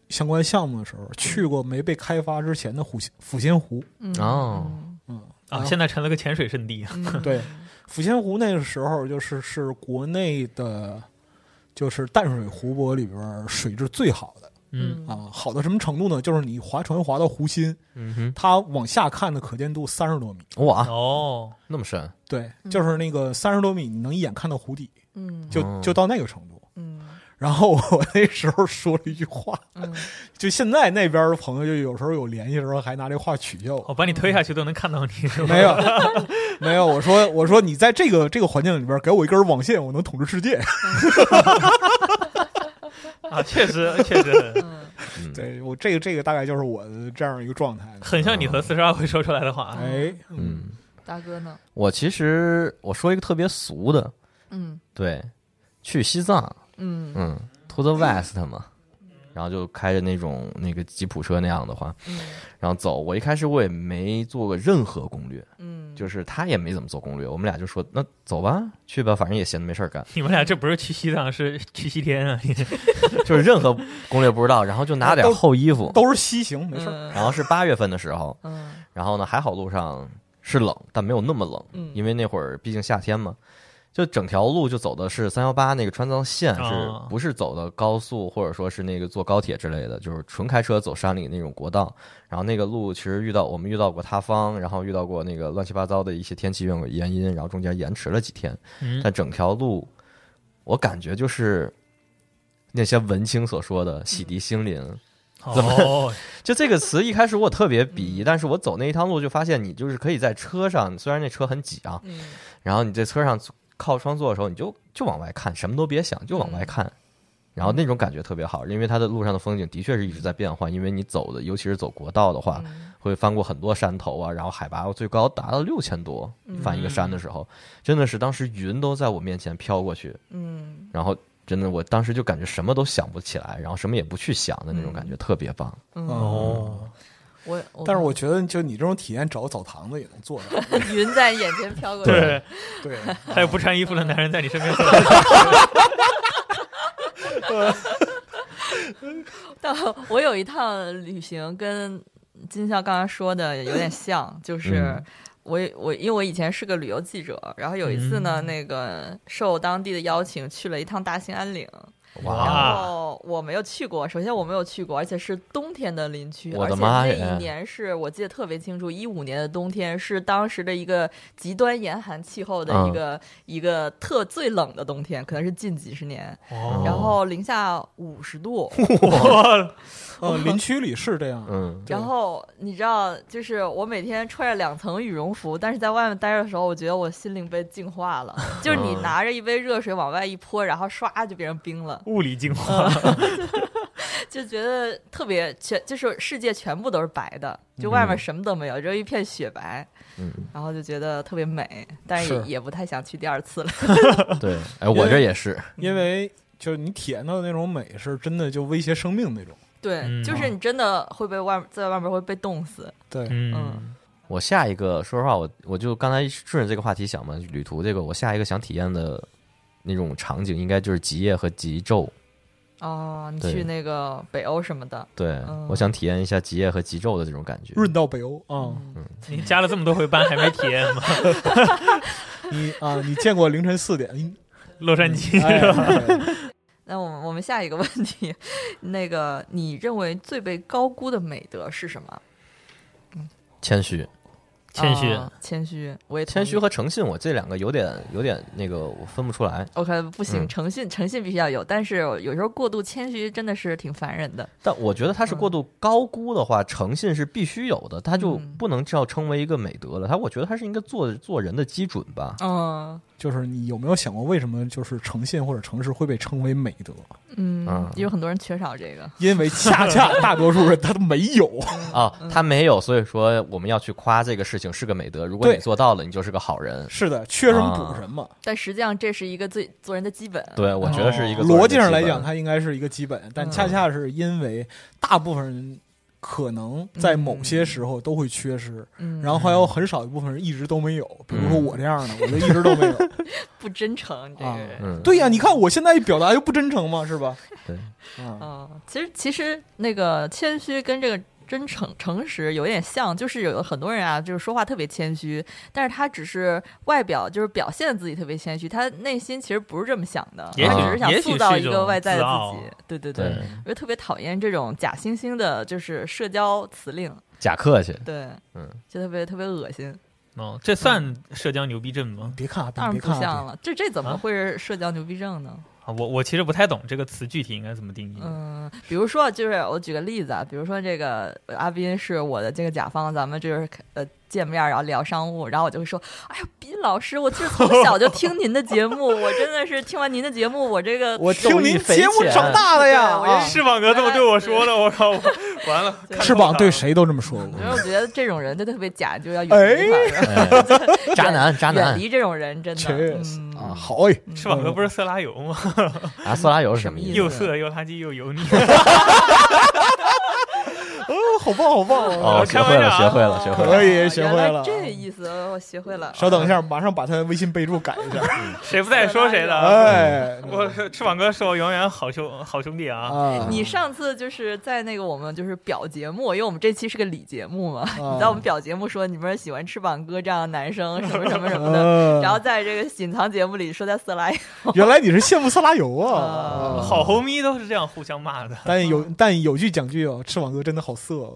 Speaker 4: 相关项目的时候，去过没被开发之前的虎抚仙湖，
Speaker 5: 嗯
Speaker 6: 哦
Speaker 4: 嗯
Speaker 3: 啊，
Speaker 4: 然后
Speaker 3: 现在成了个潜水圣地。
Speaker 5: 嗯
Speaker 4: 对，抚仙湖那个时候就是是国内的，就是淡水湖泊里边儿水质最好的
Speaker 3: 嗯，
Speaker 4: 啊，好到什么程度呢？就是你划船划到湖心，
Speaker 6: 嗯
Speaker 4: 它往下看的可见度三十多米，
Speaker 6: 哼，哇，
Speaker 3: 哦，
Speaker 6: 那么深，
Speaker 4: 对，
Speaker 5: 嗯
Speaker 4: 就是那个三十多米，你能一眼看到湖底，
Speaker 5: 嗯
Speaker 4: 就
Speaker 6: 哦
Speaker 4: 就到那个程度。
Speaker 5: 嗯
Speaker 4: 然后我那时候说了一句话，
Speaker 5: 嗯，
Speaker 4: 就现在那边的朋友就有时候有联系的时候还拿这话取笑我，
Speaker 3: 我把你推下去都能看到你，是吧
Speaker 4: 没有，没有。我说，我说你在这个这个环境里边给我一根网线，我能统治世界。
Speaker 3: 啊，确实确实
Speaker 5: 嗯
Speaker 6: 嗯，
Speaker 4: 对我这个这个大概就是我的这样一个状态。
Speaker 3: 很像你和四十二会说出来的话。
Speaker 4: 哎，
Speaker 6: 嗯，
Speaker 5: 大哥呢？
Speaker 6: 我其实我说一个特别俗的，
Speaker 5: 嗯
Speaker 6: 对，去西藏，
Speaker 5: 嗯
Speaker 6: 嗯，to the west 嘛，然后就开着那种那个吉普车那样的话，
Speaker 5: 嗯
Speaker 6: 然后走。我一开始我也没做过任何攻略，
Speaker 5: 嗯，
Speaker 6: 就是是他也没怎么做攻略，我们俩就说那走吧，去吧，反正也闲着没事儿干，
Speaker 3: 你们俩这不是去西藏，是去西天啊！
Speaker 6: 就是任何攻略不知道，然后就拿点
Speaker 4: 都
Speaker 6: 厚衣服。
Speaker 4: 都是西行，没事儿。
Speaker 6: 然后是八月份的时候，
Speaker 5: 嗯
Speaker 6: 然后呢还好路上是冷，但没有那么冷，
Speaker 5: 嗯
Speaker 6: 因为那会儿毕竟夏天嘛。就整条路就走的是三幺八那个川藏线，是
Speaker 3: 哦
Speaker 6: 不是走的高速或者说是那个坐高铁之类的？就是纯开车走山里那种国道。然后那个路其实遇到我们遇到过塌方，然后遇到过那个乱七八糟的一些天气原原因，然后中间延迟了几天。
Speaker 3: 嗯
Speaker 6: 但整条路，我感觉就是那些文青所说的洗涤心灵，怎么
Speaker 3: 哦，
Speaker 6: 就这个词一开始我特别鄙夷，但是我走那一趟路就发现，你就是可以在车上，虽然那车很挤啊，
Speaker 5: 嗯
Speaker 6: 然后你在车上靠窗座的时候，你就就往外看，什么都别想，就往外看，然后那种感觉特别好，因为它的路上的风景的确是一直在变换，因为你走的，尤其是走国道的
Speaker 5: 嗯
Speaker 6: 话，会翻过很多山头啊，然后海拔最高达到六千多，翻一个山的时候，真的是当时云都在我面前飘过去，
Speaker 5: 嗯
Speaker 6: 然后真的我当时就感觉什么都想不起来，然后什么也不去想的那种感觉，特别棒。
Speaker 5: 嗯，
Speaker 4: 哦，
Speaker 5: 我
Speaker 4: 但是我觉得就你这种体验，找澡堂子也能做到。
Speaker 5: 云在眼前飘过，
Speaker 3: 对，
Speaker 4: 对，
Speaker 3: 还有不穿衣服的男人在你身边走，
Speaker 5: 但我有一趟旅行跟金笑刚刚说的有点像，就是
Speaker 6: 嗯
Speaker 5: 我我因为我以前是个旅游记者，然后有一次
Speaker 6: 嗯
Speaker 5: 呢，那个受当地的邀请去了一趟大兴安岭，
Speaker 6: 啊
Speaker 5: 然
Speaker 3: 哇
Speaker 5: 后我没有去过，首先我没有去过，而且是冬天的林区，
Speaker 6: 我的妈
Speaker 5: 而
Speaker 6: 呀
Speaker 5: 且那一年是我记得特别清楚，一五年的冬天是当时的一个极端严寒气候的
Speaker 6: 嗯
Speaker 5: 一个、一个特最冷的冬天，可能是近几十年，
Speaker 3: 哦，
Speaker 5: 然后零下五十度。
Speaker 4: 呃，林区里是这样。
Speaker 6: 嗯，
Speaker 4: 对
Speaker 5: 然后你知道，就是我每天穿着两层羽绒服，但是在外面待着的时候，我觉得我心灵被净化了。就是你拿着一杯热水往外一泼，然后唰就变成冰了，
Speaker 3: 物理进化，
Speaker 5: 就觉得特别全，就是世界全部都是白的，就外面什么都没有，只有一片雪白。
Speaker 6: 嗯，
Speaker 5: 然后就觉得特别美，但是也
Speaker 4: 是
Speaker 5: 也不太想去第二次了。
Speaker 6: 对，哎，我这也是，
Speaker 4: 因为就是你体验到的那种美，是真的就威胁生命那种。
Speaker 5: 对，
Speaker 3: 嗯
Speaker 5: 就是你真的会被外在外面会被冻死。
Speaker 4: 对，
Speaker 3: 嗯
Speaker 5: 嗯
Speaker 6: 我下一个，说实话，我我就刚才顺着这个话题想嘛，旅途这个，我下一个想体验的那种场景，应该就是极夜和极昼。
Speaker 5: 哦，你
Speaker 6: 对
Speaker 5: 去那个北欧什么的，
Speaker 6: 对，
Speaker 5: 嗯
Speaker 6: 我想体验一下极夜和极昼的这种感觉。
Speaker 4: 润到北欧啊，
Speaker 3: 你加了这么多回班还没体验吗？
Speaker 4: 你啊，你见过凌晨四点？嗯
Speaker 3: 洛杉矶
Speaker 4: 哎
Speaker 3: 是吧？
Speaker 4: 哎
Speaker 5: 那我们我们下一个问题，那个你认为最被高估的美德是什么？
Speaker 6: 谦虚、
Speaker 3: 谦虚
Speaker 5: 啊谦虚，我也同
Speaker 6: 谦
Speaker 5: 意
Speaker 6: 虚。和诚信，我这两个有点有点那个，我分不出来。
Speaker 5: OK，不行，
Speaker 6: 嗯
Speaker 5: 诚信诚信必须要有，但是有时候过度谦虚真的是挺烦人的。
Speaker 6: 但我觉得
Speaker 5: 嗯
Speaker 6: 他是过度高估的话，诚信是必须有的，他就
Speaker 5: 嗯
Speaker 6: 不能叫称为一个美德了。他我觉得他是应该做做人的基准吧。
Speaker 5: 嗯，
Speaker 4: 就是你有没有想过，为什么就是诚信或者诚实会被称为美德？
Speaker 5: 嗯
Speaker 6: 嗯，
Speaker 5: 有很多人缺少这个，
Speaker 4: 因为恰恰大多数人他都没有。
Speaker 5: 嗯
Speaker 6: 啊，他没有，所以说我们要去夸这个事情是个美德。如果你
Speaker 4: 对
Speaker 6: 做到了，你就是个好人。
Speaker 4: 是的，缺什么补什么。
Speaker 5: 但实际上这是一个最做人的基本。
Speaker 6: 对，我觉得是一个做人
Speaker 4: 哦逻
Speaker 6: 的
Speaker 4: 辑上来
Speaker 6: 基本
Speaker 4: 讲，它应该是一个基本，但
Speaker 5: 嗯
Speaker 4: 恰恰是因为大部分人可能在某些时候都会缺失，
Speaker 5: 嗯，
Speaker 4: 然后还有很少一部分人一直都没有。比如说我这样的，我就一直都没 有。
Speaker 5: 不真诚，你这个
Speaker 4: 啊
Speaker 5: 人。
Speaker 6: 嗯，
Speaker 4: 对呀、你看我现在表达哎就不真诚嘛，是吧？
Speaker 6: 对，
Speaker 4: 啊，
Speaker 5: 嗯，其实其实那个谦虚跟这个真诚诚实有点像，就是有很多人啊，就是说话特别谦虚，但是他只是外表就是表现自己特别谦虚，他内心其实不是这么想的，
Speaker 3: 也
Speaker 5: 他
Speaker 6: 许
Speaker 5: 只是想
Speaker 3: 也许
Speaker 5: 塑造
Speaker 3: 是一
Speaker 5: 一个
Speaker 3: 种
Speaker 5: 外在的
Speaker 3: 自傲
Speaker 5: 自己。对对
Speaker 6: 对，
Speaker 5: 我就特别讨厌这种假惺惺的，就是社交辞令，
Speaker 6: 假客气，
Speaker 5: 对，
Speaker 6: 嗯，
Speaker 5: 就特别特别恶心。
Speaker 3: 哦，这算社交牛逼症吗？
Speaker 4: 别看啊，
Speaker 5: 当然
Speaker 4: 别
Speaker 5: 不
Speaker 4: 看
Speaker 5: 像
Speaker 4: 啊，
Speaker 5: 了，这这怎么
Speaker 3: 啊
Speaker 5: 会是社交牛逼症呢？
Speaker 3: 啊我我其实不太懂这个词具体应该怎么定义。
Speaker 5: 嗯，比如说，就是我举个例子啊，比如说这个呃阿斌是我的这个甲方，咱们就是呃见面儿然后聊商务，然后我就会说，哎呀，斌老师，我就是从小就听您的节目，我真的是听完您的节目，我这个
Speaker 4: 我听您节目长大的呀。
Speaker 5: 对我
Speaker 4: 啊
Speaker 5: 也
Speaker 3: 翅膀哥这么对我说的，我靠，我完了，看
Speaker 4: 翅膀
Speaker 3: 透
Speaker 4: 对
Speaker 3: 了？
Speaker 4: 谁都这么说过
Speaker 5: 反，正我觉得这种人就特别假，就要远离他，
Speaker 6: 哎渣男，渣
Speaker 5: 远
Speaker 6: 男
Speaker 5: 离这种人，真的。
Speaker 4: 哎确实
Speaker 5: 嗯
Speaker 6: 啊
Speaker 4: 好哎，
Speaker 3: 翅膀哥不是色拉油吗？
Speaker 6: 啊！色拉油是什么
Speaker 5: 什么意
Speaker 6: 意
Speaker 5: 思
Speaker 6: 思？
Speaker 3: 又色又垃圾又油腻。
Speaker 4: 好棒好棒！
Speaker 6: 哦，学会了，学会了，学会了。
Speaker 4: 可以学会
Speaker 5: 哎原来
Speaker 4: 了
Speaker 5: 这意思我学会了。
Speaker 4: 稍等一下，马上把他微信备注改一下。
Speaker 3: 谁不在说谁的？
Speaker 4: 哎，
Speaker 3: 我翅膀哥是我永远好兄好兄弟啊！
Speaker 4: 啊，
Speaker 5: 你上次就是在那个我们就是表节目，因为我们这期是个礼节目嘛，
Speaker 4: 啊
Speaker 5: 你在我们表节目说你们喜欢翅膀哥这样的男生什么什么什么的，
Speaker 4: 嗯
Speaker 5: 然后在这个隐藏节目里说在色拉，
Speaker 4: 原来你是羡慕色拉油啊！
Speaker 5: 啊
Speaker 4: 啊
Speaker 3: 好红迷都是这样互相骂的。
Speaker 4: 但有但有句讲句哦，翅膀哥真的好色哦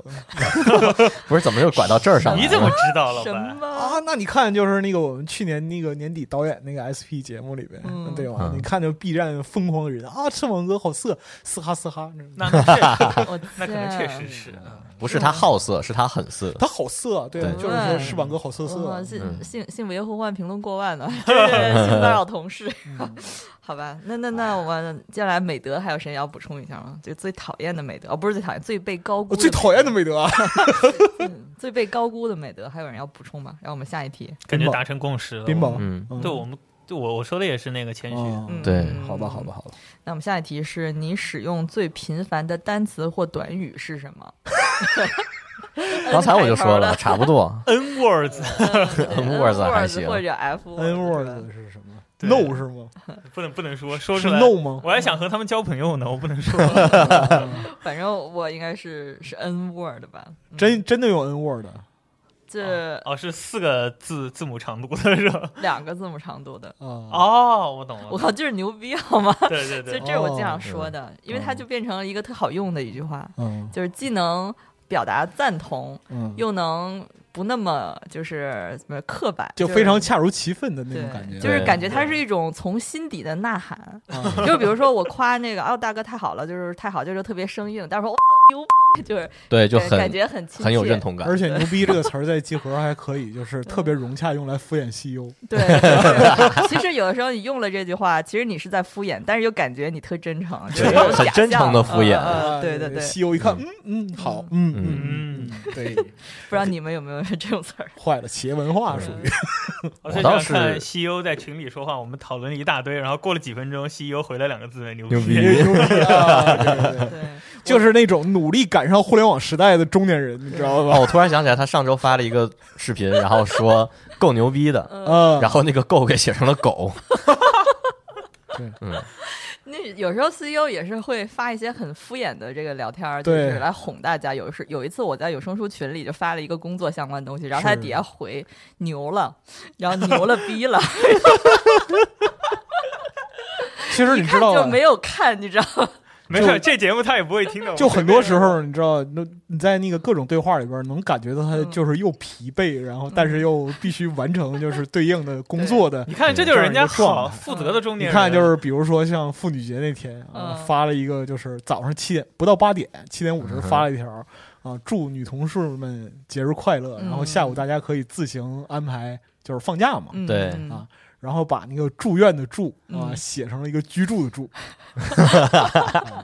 Speaker 6: 不是怎么又拐到这儿上来了？
Speaker 3: 你怎么知道了？
Speaker 5: 什
Speaker 3: 吧？
Speaker 5: 么？
Speaker 4: 啊！那你看，就是那个我们去年那个年底导演那个 SP 节目里边，
Speaker 5: 嗯
Speaker 4: 对吧？
Speaker 6: 嗯
Speaker 4: 你看就 B 站疯狂人啊，翅膀哥好色，嘶哈嘶哈，
Speaker 3: 那那确 实，
Speaker 5: 我
Speaker 3: 那可能
Speaker 5: 天
Speaker 3: 确实是。啊
Speaker 6: 嗯不是他好色，是他很色。
Speaker 4: 他好色，啊对，
Speaker 6: 对
Speaker 4: 就是说翅膀哥好色色啊
Speaker 5: 嗯，，性
Speaker 6: 嗯
Speaker 5: 性性维护万评论过万 呢，就是性骚扰同事，
Speaker 4: 嗯
Speaker 5: 好吧？那那那我们接下来美德还有谁要补充一下吗？就最讨厌的美德，哦，不是最讨厌，最被高估
Speaker 4: 我
Speaker 5: 的，
Speaker 4: 哦最讨厌的美德啊！
Speaker 5: 嗯最被高估的美德，还有人要补充吗？让我们下一题。
Speaker 3: 感觉达成共识了。
Speaker 4: 冰雹，
Speaker 6: 嗯，
Speaker 4: 嗯
Speaker 3: 对我们，对我我说的也是那个谦虚。
Speaker 4: 嗯
Speaker 5: 嗯，
Speaker 6: 对
Speaker 4: 好吧，好吧，好吧，
Speaker 5: 那我们下一题是你使用最频繁的单词或短语是什 么？
Speaker 6: 刚才我就说了，差不多。
Speaker 3: N words
Speaker 6: N words 还行
Speaker 5: 或者 F
Speaker 4: ，N word 是什么？No 是吗？
Speaker 3: 不能不能说，说
Speaker 4: 是
Speaker 3: 出来。嗯
Speaker 4: No 吗？
Speaker 3: 我还想和他们交朋友呢，我不能说。
Speaker 5: 反正我应该是是 N word 吧。嗯
Speaker 4: 真真的有 N word 啊
Speaker 5: 这
Speaker 3: 哦，是四个字字母长度的是吧？
Speaker 5: 两个字母长度的，
Speaker 4: 啊？
Speaker 3: 哦，我懂了。
Speaker 5: 我靠，就是牛逼好吗？
Speaker 3: 对对
Speaker 5: 就
Speaker 3: 对，嗯
Speaker 5: 这是我经
Speaker 4: 哦
Speaker 5: 常说的，因为它就变成了一个特好用的一句话，
Speaker 4: 嗯
Speaker 5: 就是既能表达赞同，
Speaker 4: 嗯，
Speaker 5: 又能不那么就是怎么刻板，
Speaker 4: 就是非常恰如其分的那
Speaker 5: 对
Speaker 4: 种感觉，，
Speaker 5: 就是
Speaker 6: 对
Speaker 5: 感觉它是一种从心底的呐喊。
Speaker 4: 啊
Speaker 5: 就比如说我夸那个，哦，大哥太好了，就是太好，就是特别生硬，但是说我操牛逼，就是
Speaker 6: 对，就
Speaker 5: 感感
Speaker 6: 很
Speaker 5: 觉很亲切，
Speaker 6: 很有认，同感。
Speaker 4: 而且“牛逼” 这个词儿在集合还可以，就是特别融洽，用来敷衍西游。
Speaker 5: 对。就是其实有的时候你用了这句话，其实你是在敷衍，但是又感觉你特真诚，就是
Speaker 6: 对
Speaker 5: 有
Speaker 6: 很
Speaker 5: 假
Speaker 6: 真诚地
Speaker 5: 象
Speaker 6: 敷衍
Speaker 5: 呃呃对对对，
Speaker 4: 啊西游一看，嗯嗯，好，嗯嗯
Speaker 3: 嗯，
Speaker 4: 嗯，对，
Speaker 5: 不知道你们有没有这种词儿？
Speaker 4: 坏了，企业文化属于
Speaker 3: 我
Speaker 6: 我
Speaker 3: 最
Speaker 6: 倒
Speaker 3: 想
Speaker 6: 是
Speaker 3: 看西优在群里说话，我们讨论了一大堆，然后过了几分钟，西优回了两个字：牛
Speaker 6: 牛逼
Speaker 4: 牛逼啊，对对对
Speaker 5: 对，
Speaker 4: 就是那种努力赶上互联网时代的中年人，你知道吧？
Speaker 6: 哦，我突然想起来，他上周发了一个视频，然后说够牛逼的，
Speaker 4: 啊，
Speaker 6: 嗯然后那个够给写成了狗。
Speaker 5: 那有时候 CEO 也是会发一些很敷衍的这个聊天儿，就
Speaker 4: 对
Speaker 5: 是来哄大家。有时有一次我在有声书群里就发了一个工作相关的东西，然后他在底下回牛了，然后牛了 逼了，
Speaker 4: 其实
Speaker 5: 一
Speaker 4: 你
Speaker 5: 看
Speaker 4: 知道啊
Speaker 5: 就
Speaker 4: 吧
Speaker 5: 没？有看，你知道吗？
Speaker 3: 没事，这节目他也不会听的。
Speaker 4: 就很多时候，你知道，那你在那个各种对话里边，能感觉到
Speaker 5: 嗯
Speaker 4: 他就是又疲惫，然后但是又必须完成就是对应的工作的
Speaker 3: 你看，这就是人家
Speaker 4: 这样一个
Speaker 3: 好
Speaker 4: 状态
Speaker 3: 负责的中
Speaker 4: 你
Speaker 3: 年人。
Speaker 4: 看，就是比如说像妇女节那天啊，
Speaker 5: 嗯
Speaker 4: 发了一个，就是早上七点不到八点，七点五十发了一条、啊，祝女同事们节日快乐。
Speaker 5: 嗯
Speaker 4: 然后下午大家可以自行安排，就是放假嘛。
Speaker 5: 嗯
Speaker 6: 对
Speaker 5: 嗯
Speaker 4: 啊然后把那个住院的住啊、
Speaker 5: 嗯
Speaker 4: 写成了一个居住的 住，啊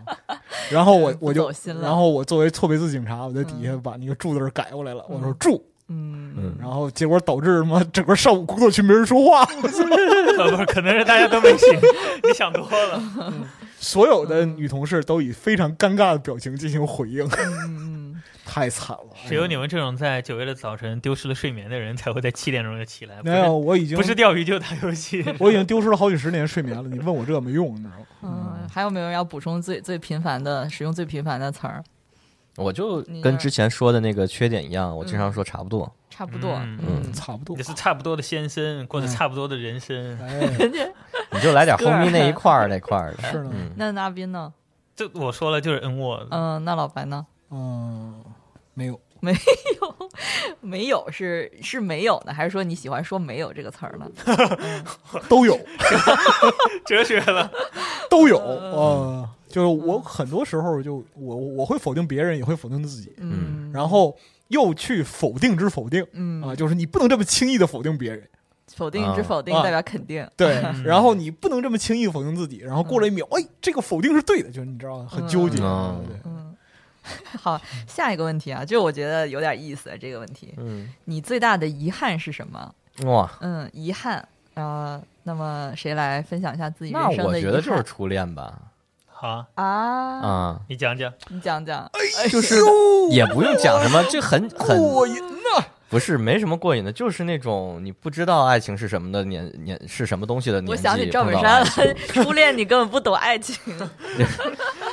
Speaker 4: 然后我我
Speaker 5: 不
Speaker 4: 就
Speaker 5: 走心了
Speaker 4: 然后我作为错别字警察，我在底下把那个住字儿改过来了，我说住，
Speaker 5: 嗯，
Speaker 6: 嗯，
Speaker 4: 然后结果导致他妈整个上午工作区没人说话，
Speaker 3: 不是，可能是大家都没 醒，你想多了。
Speaker 4: 所有的女同事都以非常尴尬的表情进行回应，
Speaker 5: 嗯
Speaker 4: 太惨了。哎
Speaker 3: 只有你们这种在九月的早晨丢失了睡眠的人，才会在七点钟就起来。不
Speaker 4: 没
Speaker 3: 是
Speaker 4: 有，我已经
Speaker 3: 不是钓鱼就打游戏。
Speaker 4: 我已经丢失了好几十年睡眠了，你问我这没用，你知道吗？
Speaker 5: 嗯，还有没有人要补充最最频繁的使用最频繁的词儿？
Speaker 6: 我就
Speaker 5: 你
Speaker 6: 跟
Speaker 5: 那儿
Speaker 6: 之前说的那个缺点一样，我经常说差不多。
Speaker 5: 差不多，
Speaker 3: 嗯
Speaker 5: 嗯
Speaker 4: 差不多
Speaker 3: 也。是差不多的先
Speaker 4: 嗯
Speaker 3: 生，过着差不多的人生。
Speaker 4: 哎，
Speaker 6: 你就 来点
Speaker 5: Skr
Speaker 6: 后面那一块儿那块儿的，嗯
Speaker 4: 是呢，
Speaker 5: 那那斌呢？
Speaker 3: 这我说了就是恩我，
Speaker 4: 啊
Speaker 5: 嗯，那老白呢？
Speaker 4: 嗯，没有，
Speaker 5: 没有是是没有呢，还是说你喜欢说没有这个词儿呢？
Speaker 4: 都有，
Speaker 3: 哲学了。
Speaker 4: 都有。
Speaker 3: 嗯
Speaker 4: 呃，就是我很多时候就我我会否定别人，也会否定自己，
Speaker 5: 嗯，
Speaker 4: 然后又去否定之否定。
Speaker 5: 嗯
Speaker 4: 啊，就是你不能这么轻易的否定别人，
Speaker 5: 否定之
Speaker 6: 啊
Speaker 5: 否定
Speaker 4: 啊
Speaker 5: 代表肯定，
Speaker 4: 对，然后你不能这么轻易地否定自己，然后过了一秒，哎，这个否定是对的，就是你知道很纠结，啊
Speaker 6: 嗯
Speaker 4: 对，
Speaker 5: 嗯，好，下一个问题啊，就我觉得有点意思这个问题，
Speaker 6: 嗯，
Speaker 5: 你最大的遗憾是什么？
Speaker 6: 哇，
Speaker 5: 嗯，遗憾啊、那么谁来分享一下自己人
Speaker 6: 那
Speaker 5: 生的遗憾？
Speaker 6: 我觉得就是初恋吧，
Speaker 3: 好啊，
Speaker 5: 啊，
Speaker 6: 啊，
Speaker 3: 你讲讲。
Speaker 5: 你讲讲，
Speaker 6: 就是也不用讲什么，这很很过瘾呢。不是，没什么过瘾的，就是那种你不知道爱情是什么的年年是什么东西的年纪。
Speaker 5: 我想起赵
Speaker 6: 碰
Speaker 5: 本
Speaker 6: 到
Speaker 5: 山
Speaker 6: 爱
Speaker 5: 了
Speaker 6: 情，
Speaker 5: 初恋你根本不懂爱情。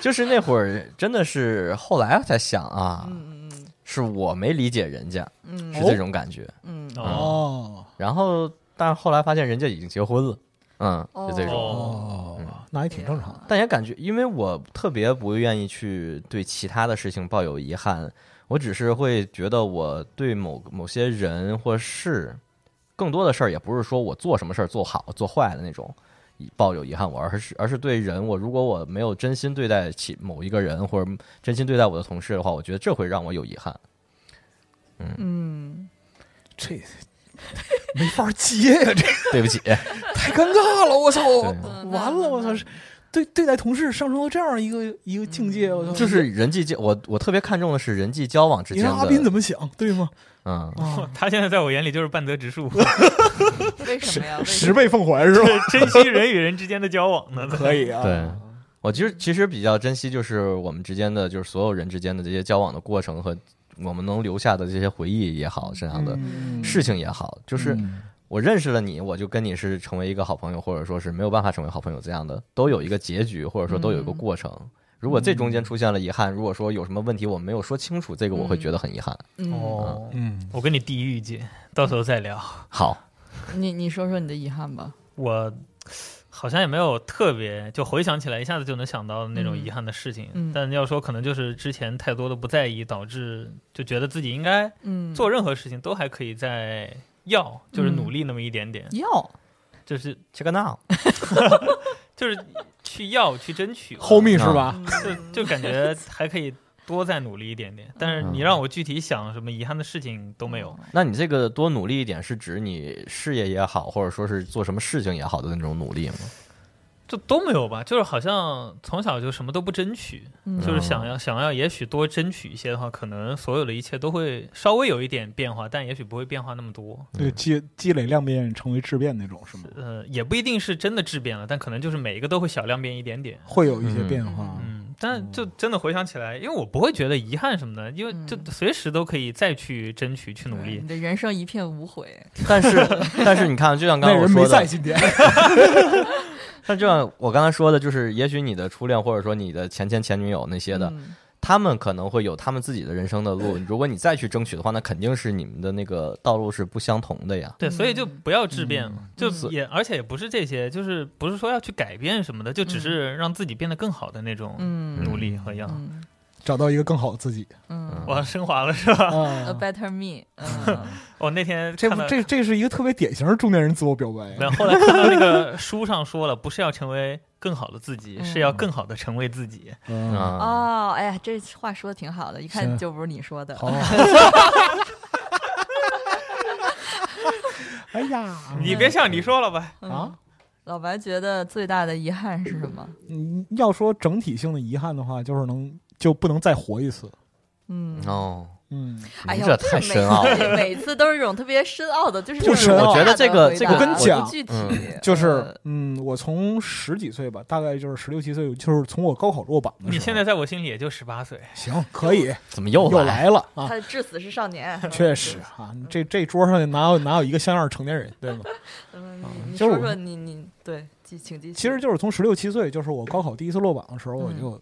Speaker 6: 就是那会儿真的是后来才想啊，
Speaker 5: 嗯嗯
Speaker 6: 是我没理解人家，
Speaker 5: 嗯
Speaker 6: 是这种感觉。
Speaker 5: 嗯嗯，
Speaker 3: 哦，
Speaker 4: 哦
Speaker 6: 然后，但后来发现人家已经结婚了，嗯，就这种。
Speaker 3: 哦
Speaker 4: 哦，那也挺正常的。
Speaker 6: 但也感觉，因为我特别不愿意去对其他的事情抱有遗憾，我只是会觉得我对某某些人或事，更多的事儿也不是说我做什么事儿做好做坏的那种抱有遗憾，我而是而是对人，我如果我没有真心对待其某一个人或者真心对待我的同事的话，我觉得这会让我有遗憾。
Speaker 5: 嗯，
Speaker 4: 这没法接呀、这
Speaker 6: 对不起，
Speaker 4: 太尴尬 了，我操！
Speaker 6: 对
Speaker 4: 嗯完了，我操！是对对待同事上升到这样一个一个境界，我操！
Speaker 6: 嗯就是人际交我我特别看重的是人际交往之
Speaker 4: 你
Speaker 6: 间
Speaker 4: 让阿斌
Speaker 6: 的，
Speaker 4: 怎么想，对吗？
Speaker 6: 嗯，
Speaker 4: 啊，
Speaker 3: 他现在在我眼里就是半泽直树，
Speaker 5: 为什么呀？为什
Speaker 4: 十
Speaker 5: 么
Speaker 4: 倍奉还是 吧？
Speaker 3: 珍惜人与人之间的交往呢。
Speaker 4: 可以啊，
Speaker 6: 对，我其实其实比较珍惜，就是我们之间的，就是所有人之间的这些交往的过程和我们能留下的这些回忆也好，这样的
Speaker 4: 嗯
Speaker 6: 事情也好，就是我认识了你，我就跟你是成为一个好朋友，或者说是没有办法成为好朋友这样的，都有一个结局，或者说都有一
Speaker 4: 嗯
Speaker 6: 个过程。如果这中间出现了遗憾，如果说有什么问题我们没有说清楚，这个我会觉得很遗憾。
Speaker 5: 嗯，
Speaker 3: 哦，
Speaker 4: 嗯，
Speaker 3: 我跟你地狱见，到时候再聊。
Speaker 6: 好，
Speaker 5: 你你说说你的遗憾吧。
Speaker 3: 我好像也没有特别，就回想起来一下子就能想到那种遗憾的事情。
Speaker 5: 嗯嗯
Speaker 3: 但要说可能就是之前太多的不在意，导致就觉得自己应该
Speaker 5: 嗯，
Speaker 3: 做任何事情都还可以再要，就是
Speaker 5: 嗯
Speaker 3: 努力那么一点点，
Speaker 5: 要
Speaker 3: 就是
Speaker 6: 切克闹，
Speaker 3: 就是去要去争取吧。
Speaker 4: 后密是吧？
Speaker 3: 就就感觉还可以多再努力一点点。但是你让我具体想什么遗憾的事情都没有。
Speaker 6: 那你这个多努力一点，是指你事业也好，或者说是做什么事情也好的那种努力吗？
Speaker 3: 就都没有吧，就是好像从小就什么都不争取，
Speaker 5: 嗯
Speaker 3: 就是想要想要，也许多争取一些的话，可能所有的一切都会稍微有一点变化，但也许不会变化那么多。
Speaker 4: 对，积积累量变成为质变那种是吗？
Speaker 3: 呃，也不一定是真的质变了，但可能就是每一个都会小量变一点点。
Speaker 4: 会有一些变化，
Speaker 3: 嗯，但就真的回想起来，因为我不会觉得遗憾什么的，因为
Speaker 5: 嗯
Speaker 3: 就随时都可以再去争取、去努力
Speaker 5: 你。的人生一片无悔。
Speaker 6: 但是但是你看，就像刚
Speaker 4: 那
Speaker 6: 才我
Speaker 4: 人没
Speaker 6: 说的
Speaker 4: 在，今天，
Speaker 6: 但就像我刚才说的，就是也许你的初恋或者说你的前前前女友那些的，
Speaker 5: 嗯
Speaker 6: 他们可能会有他们自己的人生的路。如果你再去争取的话，那肯定是你们的那个道路是不相同的呀。
Speaker 3: 对，所以就不要质变了，就
Speaker 5: 嗯
Speaker 3: 也而且也不是这些，就是不是说要去改变什么的，就只是让自己变得更好的那种
Speaker 5: 嗯
Speaker 3: 努力啊和要。
Speaker 5: 嗯
Speaker 4: 找到一个更好的自 己
Speaker 5: 嗯
Speaker 3: 我升华了是吧？
Speaker 5: ，A
Speaker 4: 啊。
Speaker 5: better me。嗯
Speaker 3: 我哦那天
Speaker 4: 这
Speaker 3: 看到
Speaker 4: 不，这这是一个特别典型的中年人自我表白
Speaker 3: 没，有，后来看到那个书上说了，不是要成为更好的自己，
Speaker 5: 嗯
Speaker 3: 是要更好的成为自己。
Speaker 4: 嗯，
Speaker 6: 啊，
Speaker 5: 哦，哎呀，这话说的挺好的，一看
Speaker 4: 行
Speaker 5: 嗯就不是你说的。
Speaker 4: 好， 哎呀，
Speaker 3: 你别
Speaker 4: 嗯
Speaker 3: 笑，你说了吧。
Speaker 4: 啊，
Speaker 5: 嗯老白觉得最大的遗憾是什么？
Speaker 4: 你要说整体性的遗憾的话，就是能就不能再活一次。
Speaker 5: 嗯，
Speaker 6: 哦，
Speaker 4: 嗯，
Speaker 5: 哎呀，
Speaker 6: 这太深奥了。
Speaker 5: 了， 每次都是这种特别深奥的，就是
Speaker 4: 不深奥
Speaker 5: 我
Speaker 6: 我觉得这个这个
Speaker 4: 我跟你讲
Speaker 5: 具体呃
Speaker 6: 嗯
Speaker 4: 就是嗯，我从十几岁吧，大概就是十六七岁，就是从我高考落榜的时候。
Speaker 3: 你现在在我心里也就十八岁，
Speaker 4: 行，可以
Speaker 6: 怎么又
Speaker 4: 又
Speaker 6: 来？
Speaker 4: 来了啊！
Speaker 5: 他至死是少年，
Speaker 4: 确实啊，这这桌上哪有哪有一个像样的成年人，对吗？
Speaker 5: 嗯，
Speaker 4: 啊
Speaker 5: 你你
Speaker 4: 就是
Speaker 5: 说
Speaker 4: 我
Speaker 5: 说你你对，继请继续。
Speaker 4: 其实就是从十六七岁，就是我高考第一次落榜的时候，我就、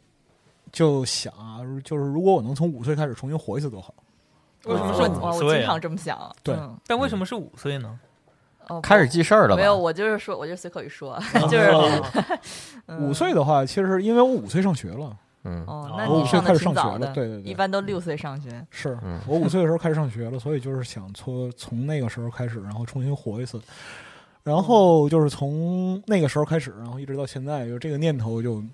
Speaker 4: 就想啊，就是如果我能从五岁开始重新活一次多好。
Speaker 3: 为什么
Speaker 5: 我
Speaker 3: 是
Speaker 5: 我
Speaker 3: 五
Speaker 5: 我经
Speaker 3: 岁啊？
Speaker 5: 常这么想，
Speaker 4: 对
Speaker 5: 嗯
Speaker 3: 但为什么是五岁呢？
Speaker 5: 哦
Speaker 6: 开始记事儿了吧？
Speaker 5: 没有，我就是说，我就随口一说， 就是
Speaker 4: 哦
Speaker 3: 哦
Speaker 5: 嗯
Speaker 4: 五岁的话，其实因为我五岁上学了，
Speaker 6: 嗯，
Speaker 5: 哦，那
Speaker 3: 哦
Speaker 5: 你
Speaker 3: 我
Speaker 5: 上
Speaker 4: 开
Speaker 5: 的
Speaker 4: 始
Speaker 5: 挺
Speaker 4: 上学
Speaker 5: 早
Speaker 4: 了
Speaker 5: 的，
Speaker 4: 对对对
Speaker 5: 一般都六岁上学，
Speaker 4: 是
Speaker 6: 嗯
Speaker 4: 我五岁的时候开始上学了，所以就是想从从那个时候开始，然后重新活一次。然后就是从那个时候开始，然后一直到现在，就这个念头就，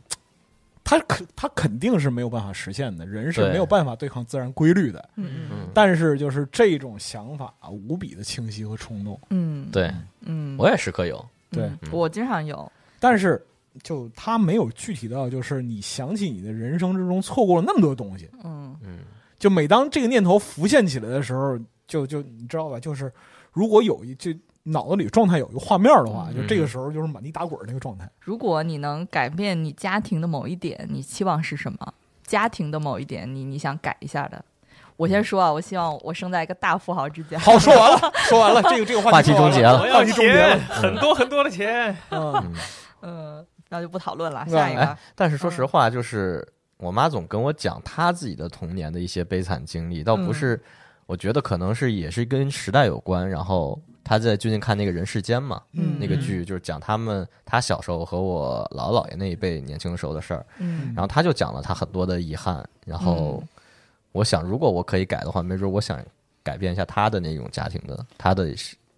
Speaker 4: 他肯他肯定是没有办法实现的，人是
Speaker 6: 对
Speaker 4: 没有办法对抗自然规律的。
Speaker 5: 嗯嗯
Speaker 6: 嗯
Speaker 4: 但是就是这种想法啊无比的清晰和冲动，
Speaker 5: 嗯，
Speaker 6: 对
Speaker 5: 嗯，
Speaker 6: 我也时刻有，
Speaker 4: 对
Speaker 5: 嗯，我经常有，
Speaker 4: 但是就他没有具体到，就是你想起你的人生之中错过了那么多东西，
Speaker 5: 嗯
Speaker 6: 嗯
Speaker 4: 就每当这个念头浮现起来的时候，就就你知道吧，就是如果有一就脑子里状态有一个画面的话，
Speaker 6: 嗯
Speaker 4: 就这个时候就是满地打滚儿那个状态。
Speaker 5: 如果你能改变你家庭的某一点，你期望是什么？家庭的某一点，你你想改一下的。我
Speaker 6: 嗯
Speaker 5: 先说啊，我希望我生在一个大富豪之家。
Speaker 4: 好，说完了，说完了，这个这个话
Speaker 6: 话
Speaker 4: 题
Speaker 6: 题
Speaker 4: 说完
Speaker 6: 终结了
Speaker 3: 我
Speaker 4: 话
Speaker 3: 要
Speaker 4: 题终结了
Speaker 3: 钱，。很多很多的钱。
Speaker 4: 嗯，
Speaker 6: 嗯。
Speaker 5: 嗯，那就不讨论了，下一嗯个
Speaker 6: 哎。，但是说实话，就是我妈总跟我讲她自己的童年的一些悲惨经历，
Speaker 5: 嗯
Speaker 6: 倒不是，我觉得可能是也是跟时代有关。然后她在最近看那个《人世间》嘛，
Speaker 5: 嗯
Speaker 6: 那个剧就是讲他们她小时候和我姥姥姥爷那一辈年轻的时候的事儿。
Speaker 5: 嗯
Speaker 6: 然后她就讲了她很多的遗憾。然后我想，如果我可以改的话，没准我想改变一下她的那种家庭的她的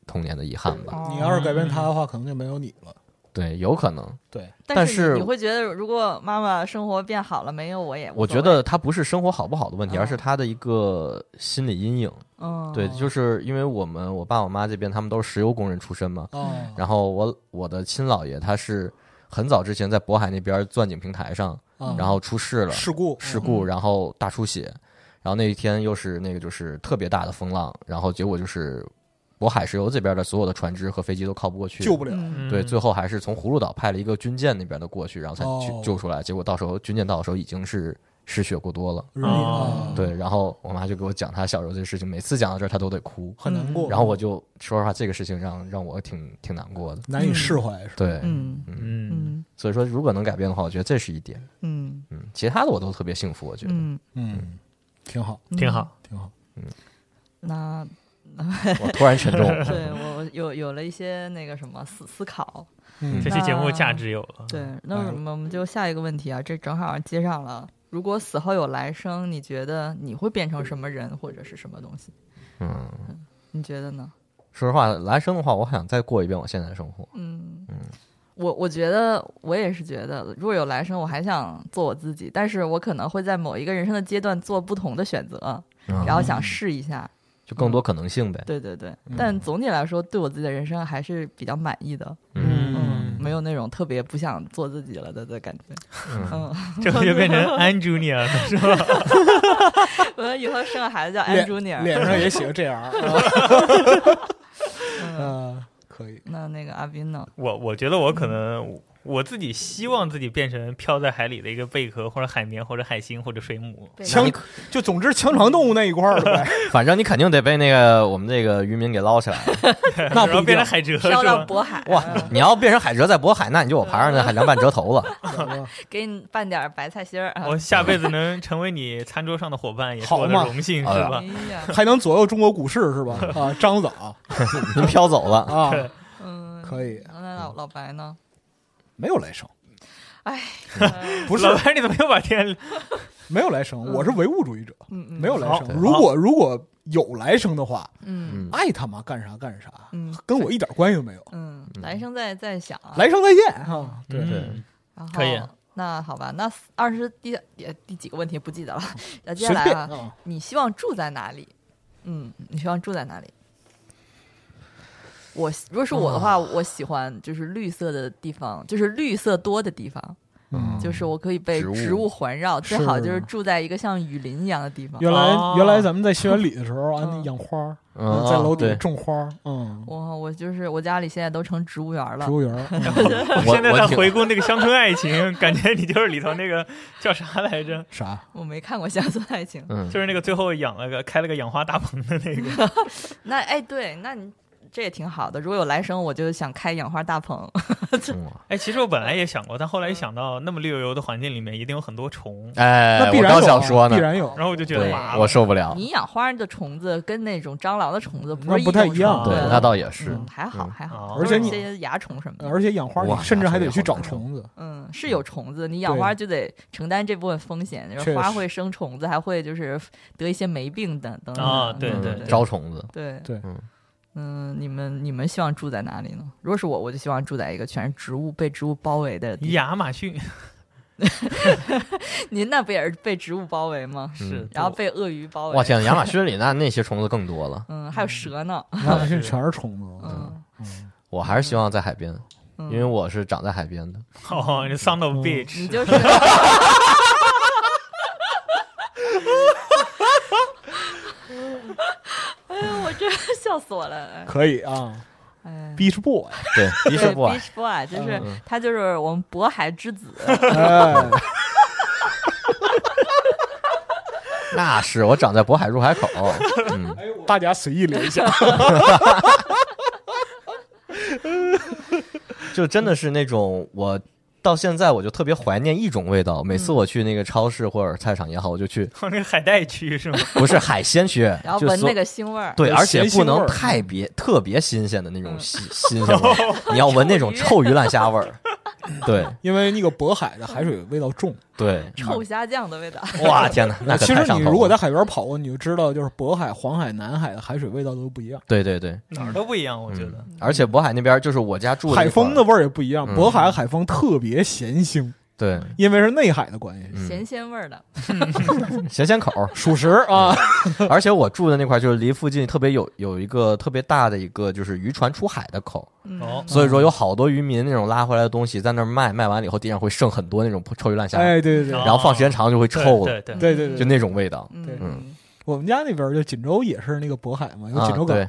Speaker 6: 童年的遗憾
Speaker 5: 哦
Speaker 6: 吧。
Speaker 4: 你要是改变他的话，可能就没有你了。
Speaker 6: 对，有可能。
Speaker 4: 对，
Speaker 5: 但
Speaker 6: 但是
Speaker 5: 你你会觉得，如果妈妈生活变好了，没有我也无
Speaker 6: 我觉
Speaker 5: 所谓，
Speaker 6: 得他不是生活好不好的问题，
Speaker 5: 嗯
Speaker 6: 而是他的一个心理阴影。
Speaker 5: 嗯，
Speaker 6: 对，就是因为我们我爸我妈这边他们都是石油工人出身嘛，
Speaker 4: 哦，
Speaker 6: 然后我我的亲姥爷他是很早之前在渤海那边钻井平台上，
Speaker 4: 嗯
Speaker 6: 然后出事了，
Speaker 4: 事故
Speaker 6: 事故，
Speaker 5: 嗯
Speaker 6: 然后大出血，然后那一天又是那个就是特别大的风浪，然后结果就是渤海石油这边的所有的船只和飞机都靠不过去，
Speaker 4: 救不了。
Speaker 5: 嗯
Speaker 6: 对，最后还是从葫芦岛派了一个军舰那边的过去，然后才
Speaker 4: 哦
Speaker 6: 去救出来。结果到时候军舰到的时候已经是失血过多了。
Speaker 3: 嗯
Speaker 4: 啊，
Speaker 6: 对，然后我妈就给我讲她小时候这事情，每次讲到这儿她都得哭。
Speaker 4: 很难过。
Speaker 6: 然后我就说实话，这个事情让让我挺挺难过的。
Speaker 4: 难以释怀，是吧
Speaker 6: 对，
Speaker 5: 嗯
Speaker 6: 嗯，
Speaker 3: 嗯，
Speaker 5: 嗯
Speaker 6: 所以说如果能改变的话，我觉得这是一点。
Speaker 5: 嗯
Speaker 6: 嗯，其他的我都特别幸福，我觉得。
Speaker 5: 嗯，
Speaker 4: 嗯，挺好，
Speaker 5: 嗯
Speaker 3: 挺。好。
Speaker 4: 挺好。
Speaker 5: 那。
Speaker 4: 嗯
Speaker 6: 我突然沉重
Speaker 5: 对我我有有了一些那个什么思思考，
Speaker 4: 嗯
Speaker 3: 这期节目价值有了。
Speaker 5: 对，那我们我们就下一个问题啊，这正好接上了。如果死后有来生，你觉得你会变成什么人或者是什么东西？
Speaker 6: 嗯，
Speaker 5: 你觉得呢？
Speaker 6: 说实话，来生的话，我还想再过一遍我现在的生活。
Speaker 5: 嗯
Speaker 6: 嗯
Speaker 5: 我我觉得我也是觉得，如果有来生，我还想做我自己，但是我可能会在某一个人生的阶段做不同的选择，
Speaker 6: 嗯
Speaker 5: 然后想试一下。
Speaker 6: 就更多可能性呗。
Speaker 5: 对对对
Speaker 4: 嗯，
Speaker 5: 但总体来说，对我自己的人生还是比较满意的。
Speaker 6: 嗯
Speaker 5: 嗯，没有那种特别不想做自己了的的感觉。
Speaker 6: 嗯，
Speaker 5: 嗯，
Speaker 3: 这个就变成 An Junior 了，是吧？
Speaker 5: 我以后生个孩子叫 a
Speaker 4: 脸
Speaker 5: n d r e
Speaker 4: 脸上也写个 JR
Speaker 5: 嗯
Speaker 4: 啊，可以。
Speaker 5: 那那个阿斌呢？
Speaker 3: 我我觉得我可能我自己希望自己变成漂在海里的一个贝壳，或者海绵，或者海星，或者水母。
Speaker 4: 强就总之强肠动物那一块儿的 呗，
Speaker 6: 反正你肯定得被那个我们这个渔民给捞起来。
Speaker 3: 然后
Speaker 4: 那不一定
Speaker 3: 变成海蜇
Speaker 5: 飘
Speaker 3: 是
Speaker 5: 到
Speaker 3: 吧？
Speaker 5: 渤海，
Speaker 6: 哇，
Speaker 4: 嗯
Speaker 6: 你要变成海蜇在渤海，那你就我爬上那海凉拌折头了。
Speaker 5: 给你拌点白菜心儿啊！
Speaker 3: 我下辈子能成为你餐桌上的伙伴，也是
Speaker 4: 好
Speaker 3: 我的
Speaker 4: 嘛
Speaker 3: 荣幸，
Speaker 6: 哎
Speaker 3: 是
Speaker 6: 呀
Speaker 3: 吧
Speaker 5: 哎？呀，
Speaker 4: 还能左右中国股市是吧？啊，张总
Speaker 6: 您飘走了，
Speaker 4: 啊，
Speaker 3: 对
Speaker 5: 嗯，
Speaker 4: 可以
Speaker 5: 那老老白呢？
Speaker 4: 没有来生，
Speaker 5: 哎，
Speaker 4: 不是
Speaker 3: 老白，你怎么又把天？
Speaker 4: 没有来生，我是唯物主义者，
Speaker 5: 嗯嗯，
Speaker 4: 没有来生
Speaker 6: 好。
Speaker 4: 如果如果有来生的话，
Speaker 5: 嗯
Speaker 6: 嗯，
Speaker 4: 爱他妈干啥干啥，
Speaker 5: 嗯
Speaker 4: 跟我一点关系都没有。
Speaker 5: 嗯，来生再再想啊，
Speaker 4: 来生再见啊！对，
Speaker 3: 嗯
Speaker 5: 然后
Speaker 3: 可以。
Speaker 5: 那好吧，那二十第也第几个问题不记 得了。那接
Speaker 4: 随
Speaker 5: 下来
Speaker 4: 便
Speaker 5: 啊，
Speaker 4: 啊，
Speaker 5: 你希望住在哪里？嗯，你希望住在哪里？我如果是我的话，我喜欢就是绿色的地方，就是绿色多的地方，
Speaker 4: 嗯
Speaker 5: 就是我可以被
Speaker 6: 植物
Speaker 5: 植物环绕，最好就是
Speaker 4: 是
Speaker 5: 住在一个像雨林一样的地方。
Speaker 4: 原来
Speaker 3: 哦
Speaker 4: 原来咱们在校园里的时候，
Speaker 5: 嗯
Speaker 4: 安养花儿，
Speaker 6: 嗯，
Speaker 4: 在楼
Speaker 6: 对
Speaker 4: 底种花儿，嗯，
Speaker 5: 我我就是我家里现在都成植物园了
Speaker 4: 植，物园儿，嗯
Speaker 6: 我
Speaker 3: 现在
Speaker 6: 我
Speaker 3: 在
Speaker 6: 挺
Speaker 3: 回顾那个《乡村爱情》，感觉你就是里头那个叫啥来着？
Speaker 4: 啥？
Speaker 5: 我没看过《乡村爱情》。
Speaker 6: 嗯，
Speaker 3: 就是那个最后养了个开了个养花大棚的那个。
Speaker 5: 那哎，对，那你这也挺好的。如果有来生，我就想开养花大棚。
Speaker 4: 哦
Speaker 6: 嗯
Speaker 3: 哎，其实我本来也想过，但后来一想到那么绿油油的环境里面一定有很多虫，
Speaker 6: 哎，
Speaker 4: 那必
Speaker 6: 我
Speaker 4: 然有
Speaker 6: 刚
Speaker 4: 啊，
Speaker 6: 想说呢
Speaker 4: 必，然有，啊
Speaker 3: 然后我就觉得
Speaker 5: 对
Speaker 6: 对
Speaker 3: 麻，
Speaker 6: 我
Speaker 3: 烦。
Speaker 6: 受不了，
Speaker 5: 你养花的虫子跟那种蟑螂的虫子不
Speaker 4: 那
Speaker 5: 是
Speaker 4: 不太
Speaker 5: 种
Speaker 4: 一样
Speaker 5: 虫
Speaker 6: 对
Speaker 5: 子
Speaker 4: 嗯，
Speaker 6: 那倒也是
Speaker 5: 嗯，还好
Speaker 6: 嗯
Speaker 5: 还好，
Speaker 3: 哦
Speaker 5: 都
Speaker 4: 而且
Speaker 5: 是
Speaker 4: 你
Speaker 5: 些蚜虫什么的。
Speaker 4: 呃而且养花
Speaker 6: 哇
Speaker 4: 你甚至还得去
Speaker 6: 那
Speaker 4: 找
Speaker 6: 是好
Speaker 4: 虫 子，
Speaker 5: 嗯，是有虫子，你养花就得承担这部分风险，就是
Speaker 4: 确
Speaker 5: 花
Speaker 4: 实
Speaker 5: 会生虫子，还会就是得一些霉病等等等
Speaker 3: 啊
Speaker 5: 等
Speaker 3: 对
Speaker 5: 等
Speaker 3: 对
Speaker 5: 等
Speaker 6: 嗯招虫子，
Speaker 5: 对
Speaker 4: 对
Speaker 6: 嗯
Speaker 5: 嗯，你们你们希望住在哪里呢？如果是我，我就希望住在一个全是植物、被植物包围的地方。
Speaker 3: 亚马逊
Speaker 5: 您那不也是被植物包围吗？
Speaker 3: 是
Speaker 5: 然后被鳄鱼包围。
Speaker 6: 我嗯天，亚马逊里那那些虫子更多了，
Speaker 5: 嗯，还有蛇呢。
Speaker 4: 亚马逊全是虫子，
Speaker 5: 嗯
Speaker 4: 嗯，
Speaker 6: 我还是希望在海边，
Speaker 5: 嗯，
Speaker 6: 因为我是长在海边 的，
Speaker 3: 哦，那 Sound of Beach，
Speaker 5: 你 就是。 哎呀，我真笑死我了！
Speaker 4: 可以 啊
Speaker 5: 哎，
Speaker 4: ，Beach Boy，
Speaker 6: 对，一是不啊嗯矮
Speaker 5: Beach Boy 啊就是他，就是我们渤海之 子。
Speaker 4: 哎，
Speaker 6: 那是我长在渤海 入海口，嗯，
Speaker 4: 大家随意联想，
Speaker 6: 就真的是那种我。到现在我就特别怀念一种味道，每
Speaker 5: 嗯
Speaker 6: 次我去那个超市或者菜场也好，我就去
Speaker 3: 那个海带区是吗？
Speaker 6: 不是海鲜区，
Speaker 5: 然后
Speaker 6: 就
Speaker 5: 闻
Speaker 6: 所
Speaker 5: 那个腥味儿，
Speaker 6: 对，
Speaker 4: 有
Speaker 6: 而且
Speaker 4: 咸
Speaker 6: 不
Speaker 4: 腥味
Speaker 6: 能
Speaker 4: 儿
Speaker 6: 太别特别新鲜的那种
Speaker 5: 嗯
Speaker 6: 新新鲜味儿， 你要闻那种臭鱼烂虾味儿。对
Speaker 4: 因为那个渤海的海水味道重。
Speaker 6: 对，
Speaker 5: 臭虾酱的味道。
Speaker 6: 哇天哪， 那可
Speaker 4: 其
Speaker 6: 太
Speaker 4: 实
Speaker 6: 上
Speaker 4: 你
Speaker 6: 头
Speaker 4: 如果
Speaker 6: 了
Speaker 4: 在海边跑过，你就知道，就是渤海、黄海、南海的海水味道都不一样，
Speaker 6: 对对对，
Speaker 3: 哪儿都不一样，我觉得。
Speaker 6: 而且渤海那边就是我家住
Speaker 4: 海风的
Speaker 6: 的
Speaker 4: 味儿也不一样。
Speaker 6: 嗯
Speaker 4: 渤海海风特别咸腥，
Speaker 6: 对
Speaker 4: 因为是内海的关系。
Speaker 6: 嗯
Speaker 5: 咸鲜味儿的，
Speaker 6: 咸鲜口儿，
Speaker 4: 属实啊，
Speaker 6: 嗯而且我住的那块儿就是离附近特别有有一个特别大的一个就是渔船出海的口，
Speaker 5: 嗯
Speaker 3: 哦
Speaker 6: 所以说有好多渔民那种拉回来的东西在那儿卖，卖完了以后地上会剩很多那种臭鱼烂虾，
Speaker 4: 哎，对对对
Speaker 3: 哦
Speaker 6: 然后放时间长了就会
Speaker 3: 对
Speaker 6: 臭了，
Speaker 3: 对对，
Speaker 4: 对对
Speaker 6: 就
Speaker 4: 对，
Speaker 6: 那种味道。
Speaker 5: 嗯
Speaker 4: 对
Speaker 5: 嗯，
Speaker 4: 我们家那边儿就锦州也是那个渤海嘛，有
Speaker 6: 啊
Speaker 4: 锦州港，
Speaker 6: 对，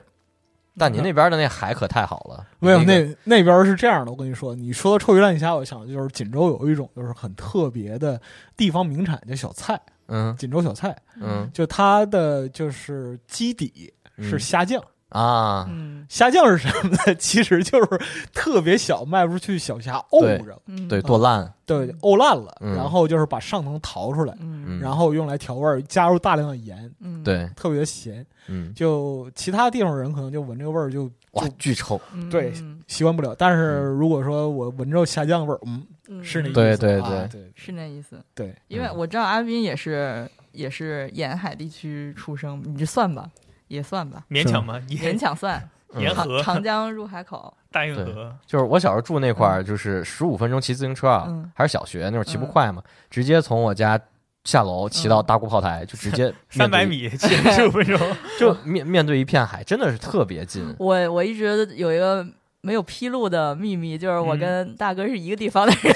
Speaker 6: 但您那边的那海可太好了，
Speaker 4: 没有，
Speaker 6: 那
Speaker 4: 那那边是这样的，我跟你说，你说臭鱼烂虾，我想就是锦州有一种就是很特别的地方名产，叫小菜，
Speaker 6: 嗯
Speaker 4: 锦州小菜，
Speaker 6: 嗯
Speaker 4: 就它的就是基底是
Speaker 6: 嗯
Speaker 4: 虾酱，
Speaker 6: 啊，
Speaker 5: 嗯
Speaker 4: 虾酱是什么呢？ 其实就是特别小卖不出去小虾沤着，
Speaker 5: 嗯，
Speaker 6: 对，剁烂，
Speaker 4: 对，沤烂了，
Speaker 6: 嗯
Speaker 4: 然后就是把上层淘出来，
Speaker 5: 嗯
Speaker 6: 嗯
Speaker 4: 然后用来调味儿，加入大量的盐，
Speaker 5: 嗯，
Speaker 6: 对，
Speaker 4: 特别咸。
Speaker 6: 嗯，
Speaker 4: 就其他地方人可能就闻这个味儿就
Speaker 6: 哇，巨臭，
Speaker 5: 嗯
Speaker 4: 对
Speaker 5: 嗯
Speaker 4: 习惯不了，但是如果说我闻着虾酱味儿，嗯，
Speaker 5: 嗯
Speaker 4: 是那意思，
Speaker 6: 对嗯对
Speaker 4: 啊对
Speaker 5: 是那意思，
Speaker 4: 对。
Speaker 5: 因为我知道阿斌也是也是沿海地区出生，你就算吧，也算吧，
Speaker 3: 勉强吧，
Speaker 5: 勉
Speaker 3: 沿
Speaker 5: 强啊算，
Speaker 6: 嗯
Speaker 3: 沿
Speaker 5: 长
Speaker 3: 河、
Speaker 5: 长江入海 口，
Speaker 3: 大运河，
Speaker 6: 就是我小时候住那块儿，就是十五分钟骑自行车啊
Speaker 5: 嗯，嗯
Speaker 6: 还是小学那会儿骑不快嘛，直接从我家下楼骑到大沽炮台，就 直接面对
Speaker 3: 三百，米，七十五分钟。
Speaker 6: 就面面对一片海，真的是特别近。
Speaker 5: 我我一直有一个没有披露的秘密，就是我
Speaker 3: 嗯
Speaker 5: 跟大哥是一个地方的 人，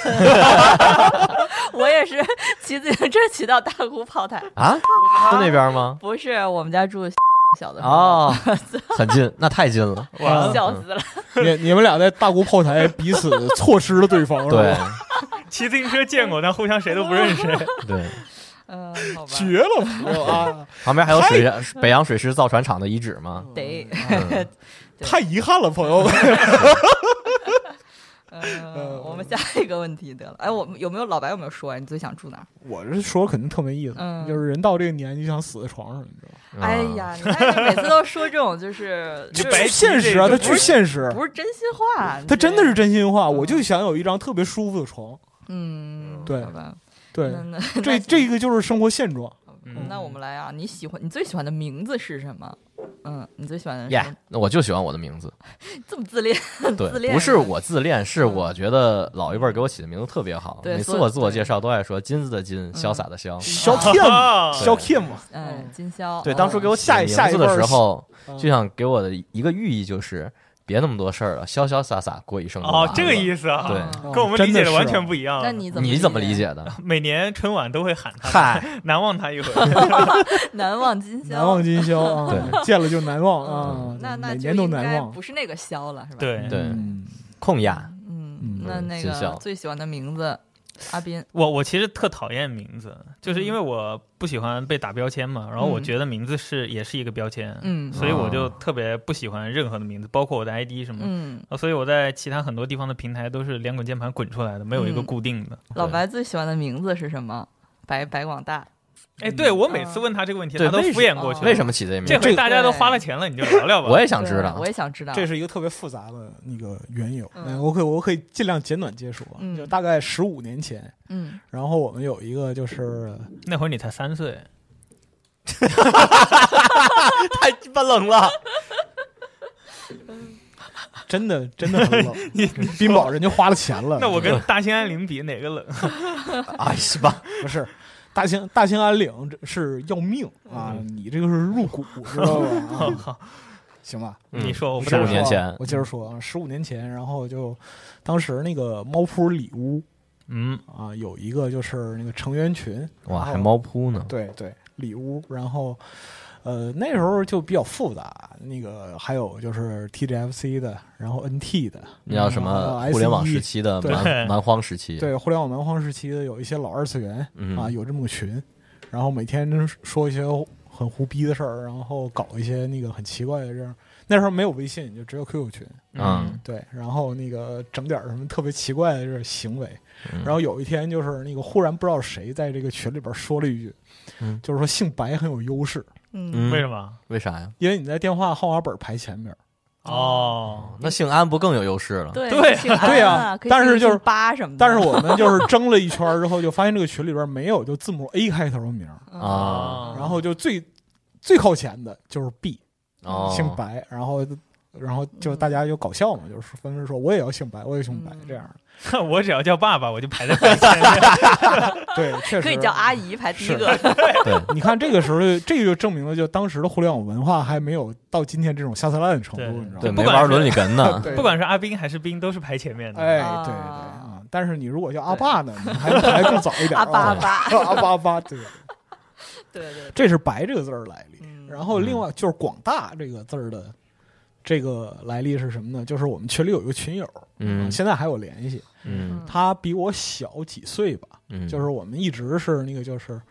Speaker 5: 我也是骑自行车骑到大沽炮台，
Speaker 6: 啊，在那边吗？
Speaker 5: 不是我们家住小的时候，
Speaker 6: 哦， 很近，那太近了。
Speaker 3: 哇，
Speaker 5: 笑死了，
Speaker 4: 啊你你们俩在大沽炮台彼此错失了对
Speaker 5: 哦
Speaker 4: 方，
Speaker 6: 对
Speaker 4: 是吧
Speaker 3: 骑自行车见过，但互相谁都不认识。
Speaker 5: 哦
Speaker 6: 对，
Speaker 5: 嗯，好吧，
Speaker 4: 绝了朋友啊！
Speaker 6: 旁边还有水北洋水师造船厂的遗址吗？
Speaker 5: 得，
Speaker 6: 嗯
Speaker 4: 太遗憾了，朋友们。呃
Speaker 5: 嗯，我们下一个问题得了，哎，我们有没有老白有没有说呀？啊你最想住哪儿？
Speaker 4: 我这说肯定特没意思，
Speaker 5: 嗯
Speaker 4: 就是人到这个年纪就想死在床上，你知道吗？
Speaker 6: 啊
Speaker 5: 哎
Speaker 6: 嗯
Speaker 5: 呀，你看你每次都说这种 就是
Speaker 3: 就
Speaker 5: 就
Speaker 3: 白
Speaker 5: 是
Speaker 4: 巨现实啊，他巨现实，
Speaker 5: 不是真心话，
Speaker 4: 他真的是真心话。
Speaker 5: 嗯
Speaker 4: 我就想有一张特别舒服的床，
Speaker 5: 嗯，
Speaker 4: 对
Speaker 5: 好吧，
Speaker 4: 对
Speaker 5: 那，那
Speaker 4: 这这个就是生活现状。
Speaker 3: 嗯
Speaker 5: 那我们来啊，你喜欢你最喜欢的名字是什么？嗯，你最喜欢的是什
Speaker 6: 耶
Speaker 5: 么，
Speaker 6: 那我就喜欢我的名字。
Speaker 5: 这么自恋，自
Speaker 6: 对，
Speaker 5: 恋
Speaker 6: 不是
Speaker 5: 的
Speaker 6: 我自恋，是
Speaker 5: 嗯
Speaker 6: 我觉得老一辈儿给我起的名字特别好。
Speaker 5: 对嗯
Speaker 6: 每次
Speaker 5: 所以
Speaker 6: 我自我介绍都爱说“金子的金，潇洒的潇
Speaker 4: 小 Kim，
Speaker 3: 啊
Speaker 4: 小 Kim，
Speaker 5: 嗯，金”。潇，
Speaker 6: 对，
Speaker 5: 嗯
Speaker 6: 当初给我起
Speaker 4: 下一
Speaker 6: 名
Speaker 4: 下一
Speaker 6: 字
Speaker 4: 辈
Speaker 6: 的
Speaker 4: 儿
Speaker 6: 时候，
Speaker 4: 嗯
Speaker 6: 就想给我的一个寓意就是，别那么多事儿了，潇潇洒洒过一生就完
Speaker 3: 哦
Speaker 6: 了。，
Speaker 3: 这个意思啊，
Speaker 6: 嗯对
Speaker 5: 啊
Speaker 3: 跟我们理解
Speaker 4: 真的
Speaker 3: 的
Speaker 4: 是
Speaker 3: 完全不一样。
Speaker 5: 那你怎么
Speaker 6: 你怎么理？解
Speaker 5: 啊
Speaker 6: 的？
Speaker 3: 每年春晚都会喊他，
Speaker 6: 嗨，
Speaker 3: 难忘他一回。
Speaker 5: 难忘今宵，
Speaker 4: 难忘今宵啊，
Speaker 6: 对
Speaker 4: 见了就难忘啊，
Speaker 5: 嗯那那
Speaker 4: 每
Speaker 5: 就
Speaker 4: 年都
Speaker 5: 应该
Speaker 4: 难忘。
Speaker 5: 不是那个宵了，是吧？，
Speaker 3: 对
Speaker 6: 对
Speaker 4: 嗯
Speaker 6: 控亚，
Speaker 5: 嗯
Speaker 4: 嗯，
Speaker 5: 那
Speaker 6: 嗯
Speaker 5: 那
Speaker 6: 今宵
Speaker 5: 个最喜欢的名字，阿斌，
Speaker 3: 我，我其实特讨厌名字，就是因为我不喜欢被打标签嘛，然后我
Speaker 5: 嗯
Speaker 3: 觉得名字是也是一个标签，
Speaker 5: 嗯
Speaker 3: 所以我就特别不喜欢任何的名
Speaker 6: 嗯
Speaker 3: 字，包括我的 ID 什么的。
Speaker 5: 嗯，
Speaker 3: 啊所以我在其他很多地方的平台都是连滚键盘滚出来的，没有一个
Speaker 5: 嗯
Speaker 3: 固定的。
Speaker 5: 老白最喜欢的名字是什么？白白广大，
Speaker 3: 哎，对我每次问他这个问题，他都
Speaker 6: 对为
Speaker 3: 敷衍过
Speaker 5: 哦
Speaker 3: 去。
Speaker 6: 为什？么起这名
Speaker 3: 这
Speaker 6: 儿？
Speaker 3: 回大家都花了钱了，你就聊聊吧。
Speaker 6: 我也想知
Speaker 5: 对
Speaker 6: 道
Speaker 5: 我。也想知道。
Speaker 4: 这是一个特别复杂的那个缘由，
Speaker 5: 啊嗯
Speaker 4: 嗯我可以我可以尽量简短接说啊
Speaker 5: 嗯，
Speaker 4: 就大概十五年前，
Speaker 5: 嗯，
Speaker 4: 然后我们有一个就是
Speaker 3: 那会儿你才三岁，
Speaker 6: 太鸡巴 冷了，
Speaker 4: 真的真的很冷，冰雹人家花了钱了，
Speaker 3: 那我跟大兴安岭比哪个冷？
Speaker 6: 哎是吧？
Speaker 4: 不是大兴大兴安岭这是要命啊，你这个是入股，知道吧？啊行吧，
Speaker 6: 嗯
Speaker 3: 你说我哦不
Speaker 4: 接
Speaker 3: 知道
Speaker 4: 着说啊
Speaker 6: 15年前
Speaker 4: 我接着说啊，十五年前，然后就当时那个猫扑里屋
Speaker 3: 嗯，
Speaker 4: 啊，有一个就是那个成员群，
Speaker 6: 哇，还猫扑呢？
Speaker 4: 哦对对，里屋，然后呃那时候就比较复杂，那个还有就是 TGFC 的，然后 NT 的，
Speaker 6: 那叫什
Speaker 4: 然后
Speaker 6: 么
Speaker 4: SE
Speaker 6: 互联网时期的
Speaker 4: E 对
Speaker 6: 蛮蛮荒时期？
Speaker 4: 对互联网蛮荒时期的有一些老二次元
Speaker 6: 嗯
Speaker 4: 啊，有这么个群，然后每天说一些很胡逼的事儿，然后搞一些那个很奇怪的事儿。那时候没有微信，就只有 QQ 群，
Speaker 6: 嗯
Speaker 4: 对，然后那个整点儿什么特别奇怪的这种行为，
Speaker 6: 嗯
Speaker 4: 然后有一天就是那个忽然不知道谁在这个群里边说了一句，
Speaker 6: 嗯
Speaker 4: 就是说姓白很有优势，
Speaker 5: 嗯
Speaker 6: 嗯，
Speaker 3: 为什么？
Speaker 6: 为啥呀？
Speaker 4: 因为你在电话号码本排前面。
Speaker 3: 哦，
Speaker 6: 那姓安不更有优势了？
Speaker 5: 对
Speaker 3: 对
Speaker 5: 姓安
Speaker 4: 对呀
Speaker 5: 啊，可以
Speaker 4: 但是
Speaker 5: 姓
Speaker 4: 就是
Speaker 5: 八什么的，
Speaker 4: 但是我们就是争了一圈儿之后，就发现这个群里边没有就字母 A 开头的名儿，
Speaker 5: 嗯
Speaker 6: 啊
Speaker 3: 哦
Speaker 4: 然后就最最靠前的就是 B，
Speaker 6: 哦，
Speaker 4: 姓白，然后。然后就大家就搞笑嘛，就是纷纷说我也要姓白，我也姓白
Speaker 5: 嗯
Speaker 4: 这样的。
Speaker 3: 我只要叫爸爸，我就排在白前面。
Speaker 4: 对，确实
Speaker 5: 可以叫阿姨排第一个，
Speaker 6: 对，
Speaker 4: 你看这个时候就，这个就证明了，就当时的互联网文化还没有到今天这种下三滥的程
Speaker 3: 对
Speaker 4: 度，你知道
Speaker 6: 对，
Speaker 4: 吗？
Speaker 3: 不
Speaker 6: 没
Speaker 3: 管
Speaker 6: 玩
Speaker 3: 是
Speaker 6: 伦理根呢。
Speaker 4: 对
Speaker 3: 不管是阿斌还是斌，都是排前面的。
Speaker 4: 哎，
Speaker 5: 啊
Speaker 4: 对对啊，但是你如果叫阿爸呢，你还还更早一点
Speaker 5: 阿
Speaker 4: 啊，
Speaker 5: 巴阿巴，
Speaker 4: 阿巴阿巴，对，
Speaker 5: 对对，对
Speaker 4: 这是“白”这个字儿来历。
Speaker 5: 嗯
Speaker 4: 然后另外就是“广大”这个字儿的这个来历是什么呢？就是我们群里有一个群友，啊
Speaker 6: 嗯
Speaker 4: 现在还有联系，
Speaker 6: 嗯
Speaker 5: 嗯
Speaker 4: 他比我小几岁吧，
Speaker 6: 嗯，
Speaker 4: 就是我们一直是那个就是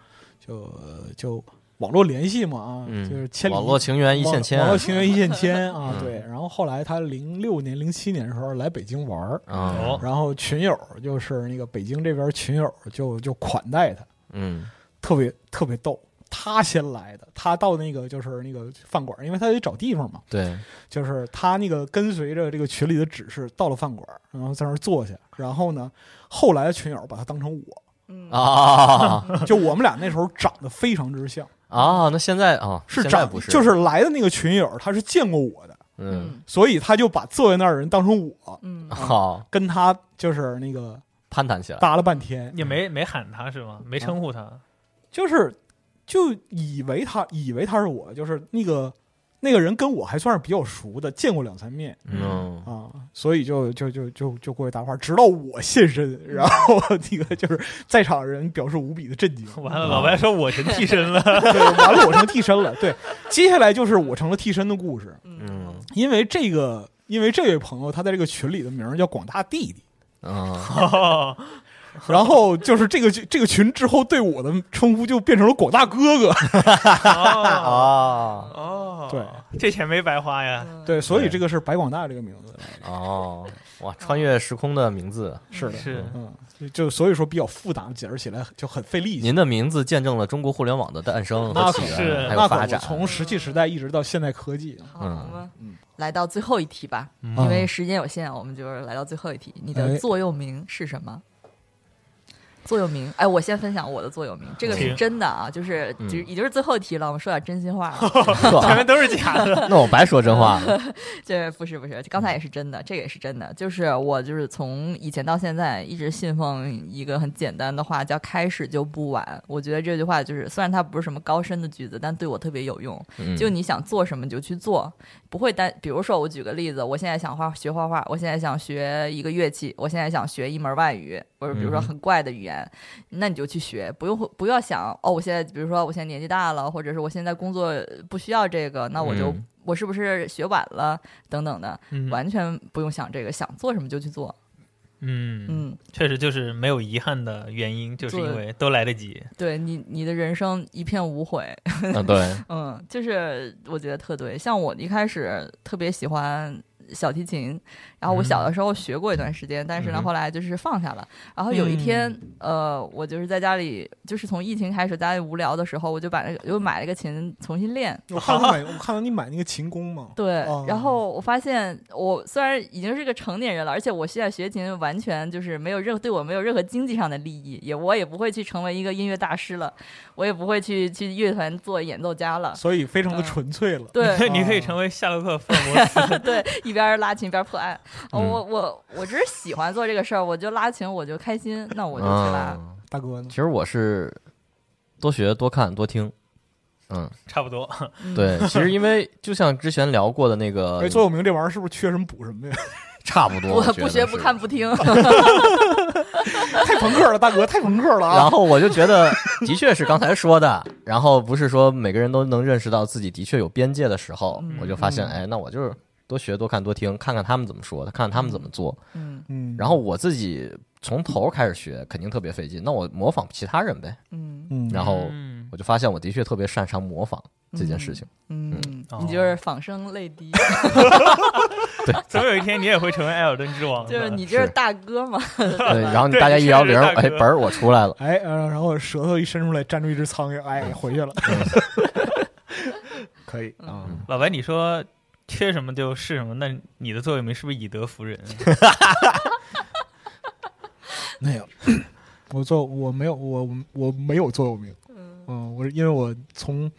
Speaker 4: 就就网络联系嘛啊，
Speaker 6: 嗯
Speaker 4: 就是千里
Speaker 6: 网络情缘一线牵
Speaker 4: 网络情缘一线 牵啊
Speaker 6: 嗯，
Speaker 4: 对。然后后来他零六年、零七年的时候来北京玩儿，
Speaker 6: 啊
Speaker 3: 哦，
Speaker 4: 然后群友就是那个北京这边群友就就款待他，
Speaker 6: 嗯
Speaker 4: 特别特别逗。他先来的，他到那个就是那个饭馆，因为他得找地方嘛，
Speaker 6: 对，
Speaker 4: 就是他那个跟随着这个群里的指示到了饭馆，然后在那儿坐下，然后呢，后来的群友把他当成我，
Speaker 5: 嗯
Speaker 6: 啊
Speaker 4: 就我们俩那时候长得非常之像，
Speaker 6: 啊，那现在啊，
Speaker 4: 是
Speaker 6: 现在
Speaker 4: 长
Speaker 6: 不是，
Speaker 4: 就是来的那个群友他是见过我的，
Speaker 6: 嗯，
Speaker 4: 所以他就把坐在那儿的人当成我，
Speaker 5: 嗯
Speaker 6: 好
Speaker 4: 跟他就是那个
Speaker 6: 攀谈起来，
Speaker 4: 搭了半天，
Speaker 3: 也没没喊他是吗？没称呼他。
Speaker 4: 就是就以为他以为他是我，就是那个那个人跟我还算是比较熟的，见过两三面
Speaker 6: 嗯
Speaker 4: 啊，所以就就就就就过去搭话，直到我现身，然后那个就是在场人表示无比的震惊，
Speaker 3: 嗯完了，老白说我成替身 了。
Speaker 4: 对，完了我成替身了，对，接下来就是我成了替身的故事，
Speaker 6: 嗯
Speaker 4: 因为这个。因为这位朋友他在这个群里的名儿叫广大弟弟，
Speaker 6: 嗯，
Speaker 3: 哦
Speaker 4: 然后就是这个这个群之后对我的称呼就变成了广大哥哥，
Speaker 3: 哦
Speaker 6: 哦
Speaker 3: 哦，嗯
Speaker 4: 对，嗯
Speaker 3: 这钱没白花呀。
Speaker 4: 对，所以
Speaker 6: 对
Speaker 4: 这个是白广大这个名字，
Speaker 3: 嗯
Speaker 6: 哦，哇，穿越时空的名字，
Speaker 4: 是的，
Speaker 3: 是
Speaker 4: 嗯，就就所以说比较复杂，解释起来就很费力气。
Speaker 6: 您的名字见证了中国互联网的诞生
Speaker 4: 那
Speaker 6: 和
Speaker 4: 可
Speaker 6: 起
Speaker 3: 是
Speaker 6: 源，还
Speaker 4: 那
Speaker 6: 有
Speaker 4: 可
Speaker 6: 发
Speaker 4: 不
Speaker 6: 展，
Speaker 3: 嗯
Speaker 4: 从石器时代一直到现代科技，
Speaker 5: 好
Speaker 6: 嗯
Speaker 5: 吧
Speaker 4: 嗯
Speaker 5: 来到最后一题吧，因为时间有限，我们就是来到最后一题。你的
Speaker 4: 哎
Speaker 5: 座右铭是什么？座右铭，哎，我先分享我的座右铭，这个是
Speaker 3: 行
Speaker 5: 真的啊，就是就已经是最后一题了，我们说点真心话啊，
Speaker 3: 前面都是假 的。
Speaker 6: 那我白说真话 了。
Speaker 5: 这不是不是，刚才也是真的，这个也是真的。就是我就是从以前到现在一直信奉一个很简单的话，叫“开始就不晚”。我觉得这句话就是，虽然它不是什么高深的句子，但对我特别有用。
Speaker 6: 嗯
Speaker 5: 就你想做什么你就去做，不会单。比如说，我举个例子，我现在想画学画画，我现在想学一个乐器，我现在想学一门外语，或者比如说
Speaker 6: 嗯哼
Speaker 5: 很怪的语言，那你就去学，不用不要想哦，我现在比如说我现在年纪大了，或者是我现在工作不需要这个，那我就、
Speaker 6: 嗯
Speaker 5: 我是不是学晚了等等的，
Speaker 3: 嗯
Speaker 5: 完全不用想这个，想做什么就去做。
Speaker 3: 嗯，
Speaker 5: 嗯，
Speaker 3: 确实就是没有遗憾的原因，就是
Speaker 5: 做
Speaker 3: 因为都来得及。
Speaker 5: 对你你的人生一片无悔，
Speaker 6: 嗯，对，
Speaker 5: 嗯，就是我觉得特对。像我一开始特别喜欢小提琴，然后我小的时候学过一段时间，但是呢，
Speaker 6: 嗯嗯哼嗯
Speaker 5: 后来就是放下了。然后有一天，呃，我就是在家里，就是从疫情开始，家里无聊的时候，我就把那个又买了一个琴重新练。
Speaker 4: 我看到买，我看到你买那个琴弓 嘛，
Speaker 5: 对，
Speaker 4: 哦
Speaker 5: 然后我发现我虽然已经是个成年人了，而且我现在学琴完全就是没有任对我没有任何经济上的利益，也我也不会去成为一个音乐大师了，我也不会去去乐团做演奏家了。
Speaker 4: 所以非常的纯粹了。
Speaker 5: 对，
Speaker 3: 你可以成为夏洛克·福尔摩斯。
Speaker 5: 对，一边拉琴一边破案。呃
Speaker 6: 嗯
Speaker 5: 我我我只是喜欢做这个事儿，我就拉琴我就开心，那我就去拉。
Speaker 6: 嗯，
Speaker 4: 大哥呢
Speaker 6: 其？实我是多学、多看、多听。嗯，
Speaker 3: 差不多，
Speaker 5: 嗯
Speaker 6: 对，其实因为就像之前聊过的那个
Speaker 4: 哎，，座右铭这玩意儿是不是缺什么补什么呀？
Speaker 6: 差不多，
Speaker 5: 我
Speaker 6: 我觉
Speaker 5: 不
Speaker 6: 得
Speaker 5: 学不
Speaker 6: 是
Speaker 5: 看不 听，
Speaker 4: 太朋克了，大哥，太朋克了
Speaker 6: 然
Speaker 4: 啊！
Speaker 6: 后我就觉得， 的确是刚才说的。然后不是说每个人都能认识到自己的确有边界的时候，我就发现，哎，那我就是多学、多看、多听，看看他们怎么说的，看看他们怎么做。
Speaker 5: 嗯
Speaker 4: 嗯，
Speaker 6: 然后我自己从头开始学，肯定特别费劲。那我模仿其他人呗。
Speaker 5: 嗯
Speaker 4: 嗯，
Speaker 6: 然后
Speaker 3: 嗯，
Speaker 6: 我就发现，我的确特别擅长模仿 这件事情。
Speaker 5: 嗯，
Speaker 3: 哦
Speaker 5: 你就是仿生泪 滴，
Speaker 3: 总有一天你也会成为艾尔顿之王的。
Speaker 5: 就是你就是大哥 嘛。
Speaker 6: 对，然后你
Speaker 3: 对
Speaker 6: 大家
Speaker 3: 你
Speaker 6: 一
Speaker 3: 是
Speaker 6: 摇
Speaker 3: 不是
Speaker 6: 铃儿，
Speaker 3: 大
Speaker 6: 哎，
Speaker 3: 哥
Speaker 6: 本儿我出来了。
Speaker 4: 哎，呃然后舌头一伸出来，站出一只苍蝇， 哎，回去了。可以啊，
Speaker 3: 老白，你说缺什么就是什么，那你的座右铭是不是以德服人？
Speaker 4: 没有， 我做我没有我我没有座右铭。嗯，我是因为我从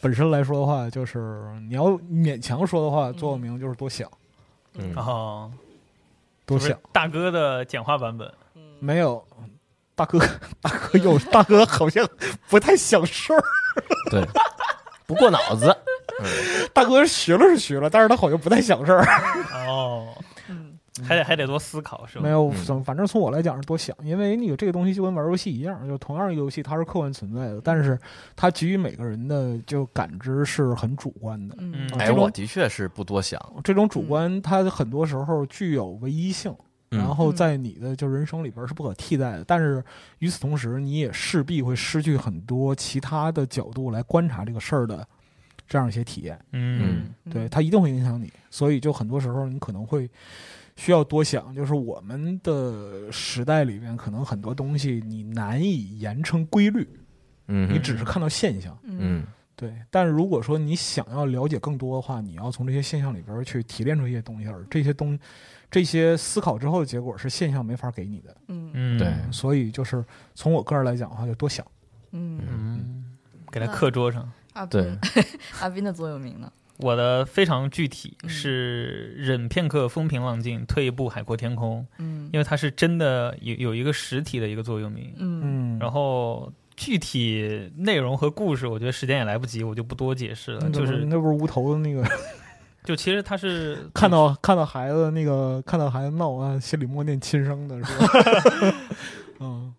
Speaker 4: 本身来说的话，就是你要勉强说的话，座右铭就是多想
Speaker 6: 嗯，
Speaker 3: 哦，
Speaker 4: 多
Speaker 3: 不是
Speaker 4: 想。
Speaker 3: 大哥的简化版本。
Speaker 4: 没有，大哥， 大哥有大哥好像不太想事儿。
Speaker 6: 对，不过脑子。
Speaker 4: 大哥学了是学了，但是他好像不太想事儿。
Speaker 3: 哦，
Speaker 5: 嗯
Speaker 3: 还得还得多思考是吧？
Speaker 4: 没有，
Speaker 6: 嗯
Speaker 4: 怎么反正从我来讲是多想，因为那个这个东西就跟玩游戏一样，就同样一个游戏它是客观存在的，但是它给予每个人的就感知是很主观的。
Speaker 5: 嗯
Speaker 3: 嗯
Speaker 6: 哎，我的确是不多想。
Speaker 4: 这种主观它很多时候具有唯一性，然
Speaker 6: 嗯，
Speaker 4: 后在你的就人生里边是不可替代的。但是与此同时，你也势必会失去很多其他的角度来观察这个事儿的这样一些体验。
Speaker 3: 嗯，
Speaker 4: 对，它一定会影响你，所以就很多时候你可能会需要多想。就是我们的时代里面，可能很多东西你难以言称规律，
Speaker 6: 嗯
Speaker 4: 你
Speaker 6: 哼，
Speaker 4: 只是看到现象。
Speaker 6: 嗯，
Speaker 4: 对，但如果说你想要了解更多的话，你要从这些现象里边去提炼出一些东西，而这些东这些思考之后的结果是现象没法给你的。
Speaker 5: 嗯
Speaker 3: 嗯，
Speaker 6: 对
Speaker 4: 所以就是从我个人来讲的话，就多想。
Speaker 5: 嗯
Speaker 3: 嗯，给他课桌上。
Speaker 5: 阿斌
Speaker 6: 对，
Speaker 5: 阿斌的座右铭呢？
Speaker 3: 我的非常具体，
Speaker 5: 嗯
Speaker 3: 是忍片刻风平浪静，退一步海阔天空，
Speaker 5: 嗯
Speaker 3: 因为它是真的有有一个实体的一个座右铭。
Speaker 5: 嗯
Speaker 4: 嗯，
Speaker 3: 然后具体内容和故事，我觉得时间也来不及，我就不多解释了。
Speaker 4: 那
Speaker 3: 就
Speaker 4: 不
Speaker 3: 是
Speaker 4: 嗯那不是无头的那 个，
Speaker 3: 就其实它是
Speaker 4: 看到看到孩子那个看到孩子闹啊，心里默念亲生的是吧？嗯，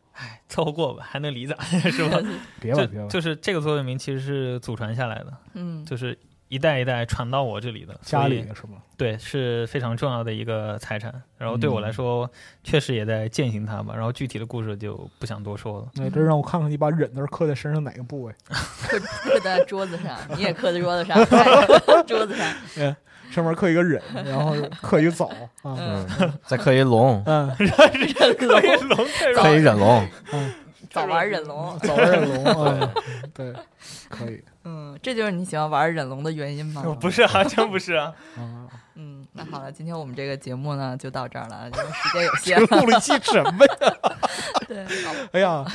Speaker 3: 凑合过吧，还能理咋 是吧？
Speaker 4: 别吧
Speaker 3: 就
Speaker 4: 别吧，
Speaker 3: 就是这个座右铭其实是祖传下来的，
Speaker 5: 嗯
Speaker 3: 就是一代一代传到我这里的，
Speaker 4: 家
Speaker 3: 所以
Speaker 4: 里是吗？
Speaker 3: 对，是非常重要的一个财产。然后对我来
Speaker 4: 嗯
Speaker 3: 说，确实也在践行它吧。然后具体的故事就不想多 说了。
Speaker 4: 那真哎让我看看你把忍字儿刻在身上哪个部 位，
Speaker 5: 刻刻在桌子上，你也刻在桌子上， 哎桌 子上，
Speaker 4: 上面刻一个忍，然后刻一个枣啊，
Speaker 5: 嗯
Speaker 6: 嗯，再刻一龙，
Speaker 4: 嗯，
Speaker 3: 可以龙太
Speaker 5: 早
Speaker 3: 弱，
Speaker 6: 刻一忍龙，
Speaker 5: 早玩忍
Speaker 4: 早玩忍
Speaker 5: 龙。
Speaker 4: 龙啊，对，可以
Speaker 5: 嗯，这就是你喜欢玩忍龙的 原因
Speaker 4: 哎
Speaker 5: 吗？
Speaker 3: 不是啊，真不是啊。
Speaker 4: 啊。
Speaker 5: 嗯，那好了，今天我们这个节目呢就到这儿 了，因为时间有限
Speaker 4: 这 录了一期什么呀？
Speaker 5: 对，
Speaker 4: 哎呀，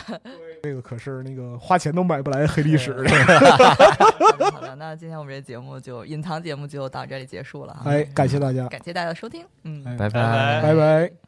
Speaker 4: 这个可是那个花钱都买不来黑历史。
Speaker 5: 好的好的，那今天我们这节目就隐藏节目就到这里结束了啊，
Speaker 4: 哎，感谢大家，
Speaker 5: 感谢大家的收听，嗯。
Speaker 4: 哎
Speaker 6: 拜
Speaker 3: 拜
Speaker 4: 拜拜。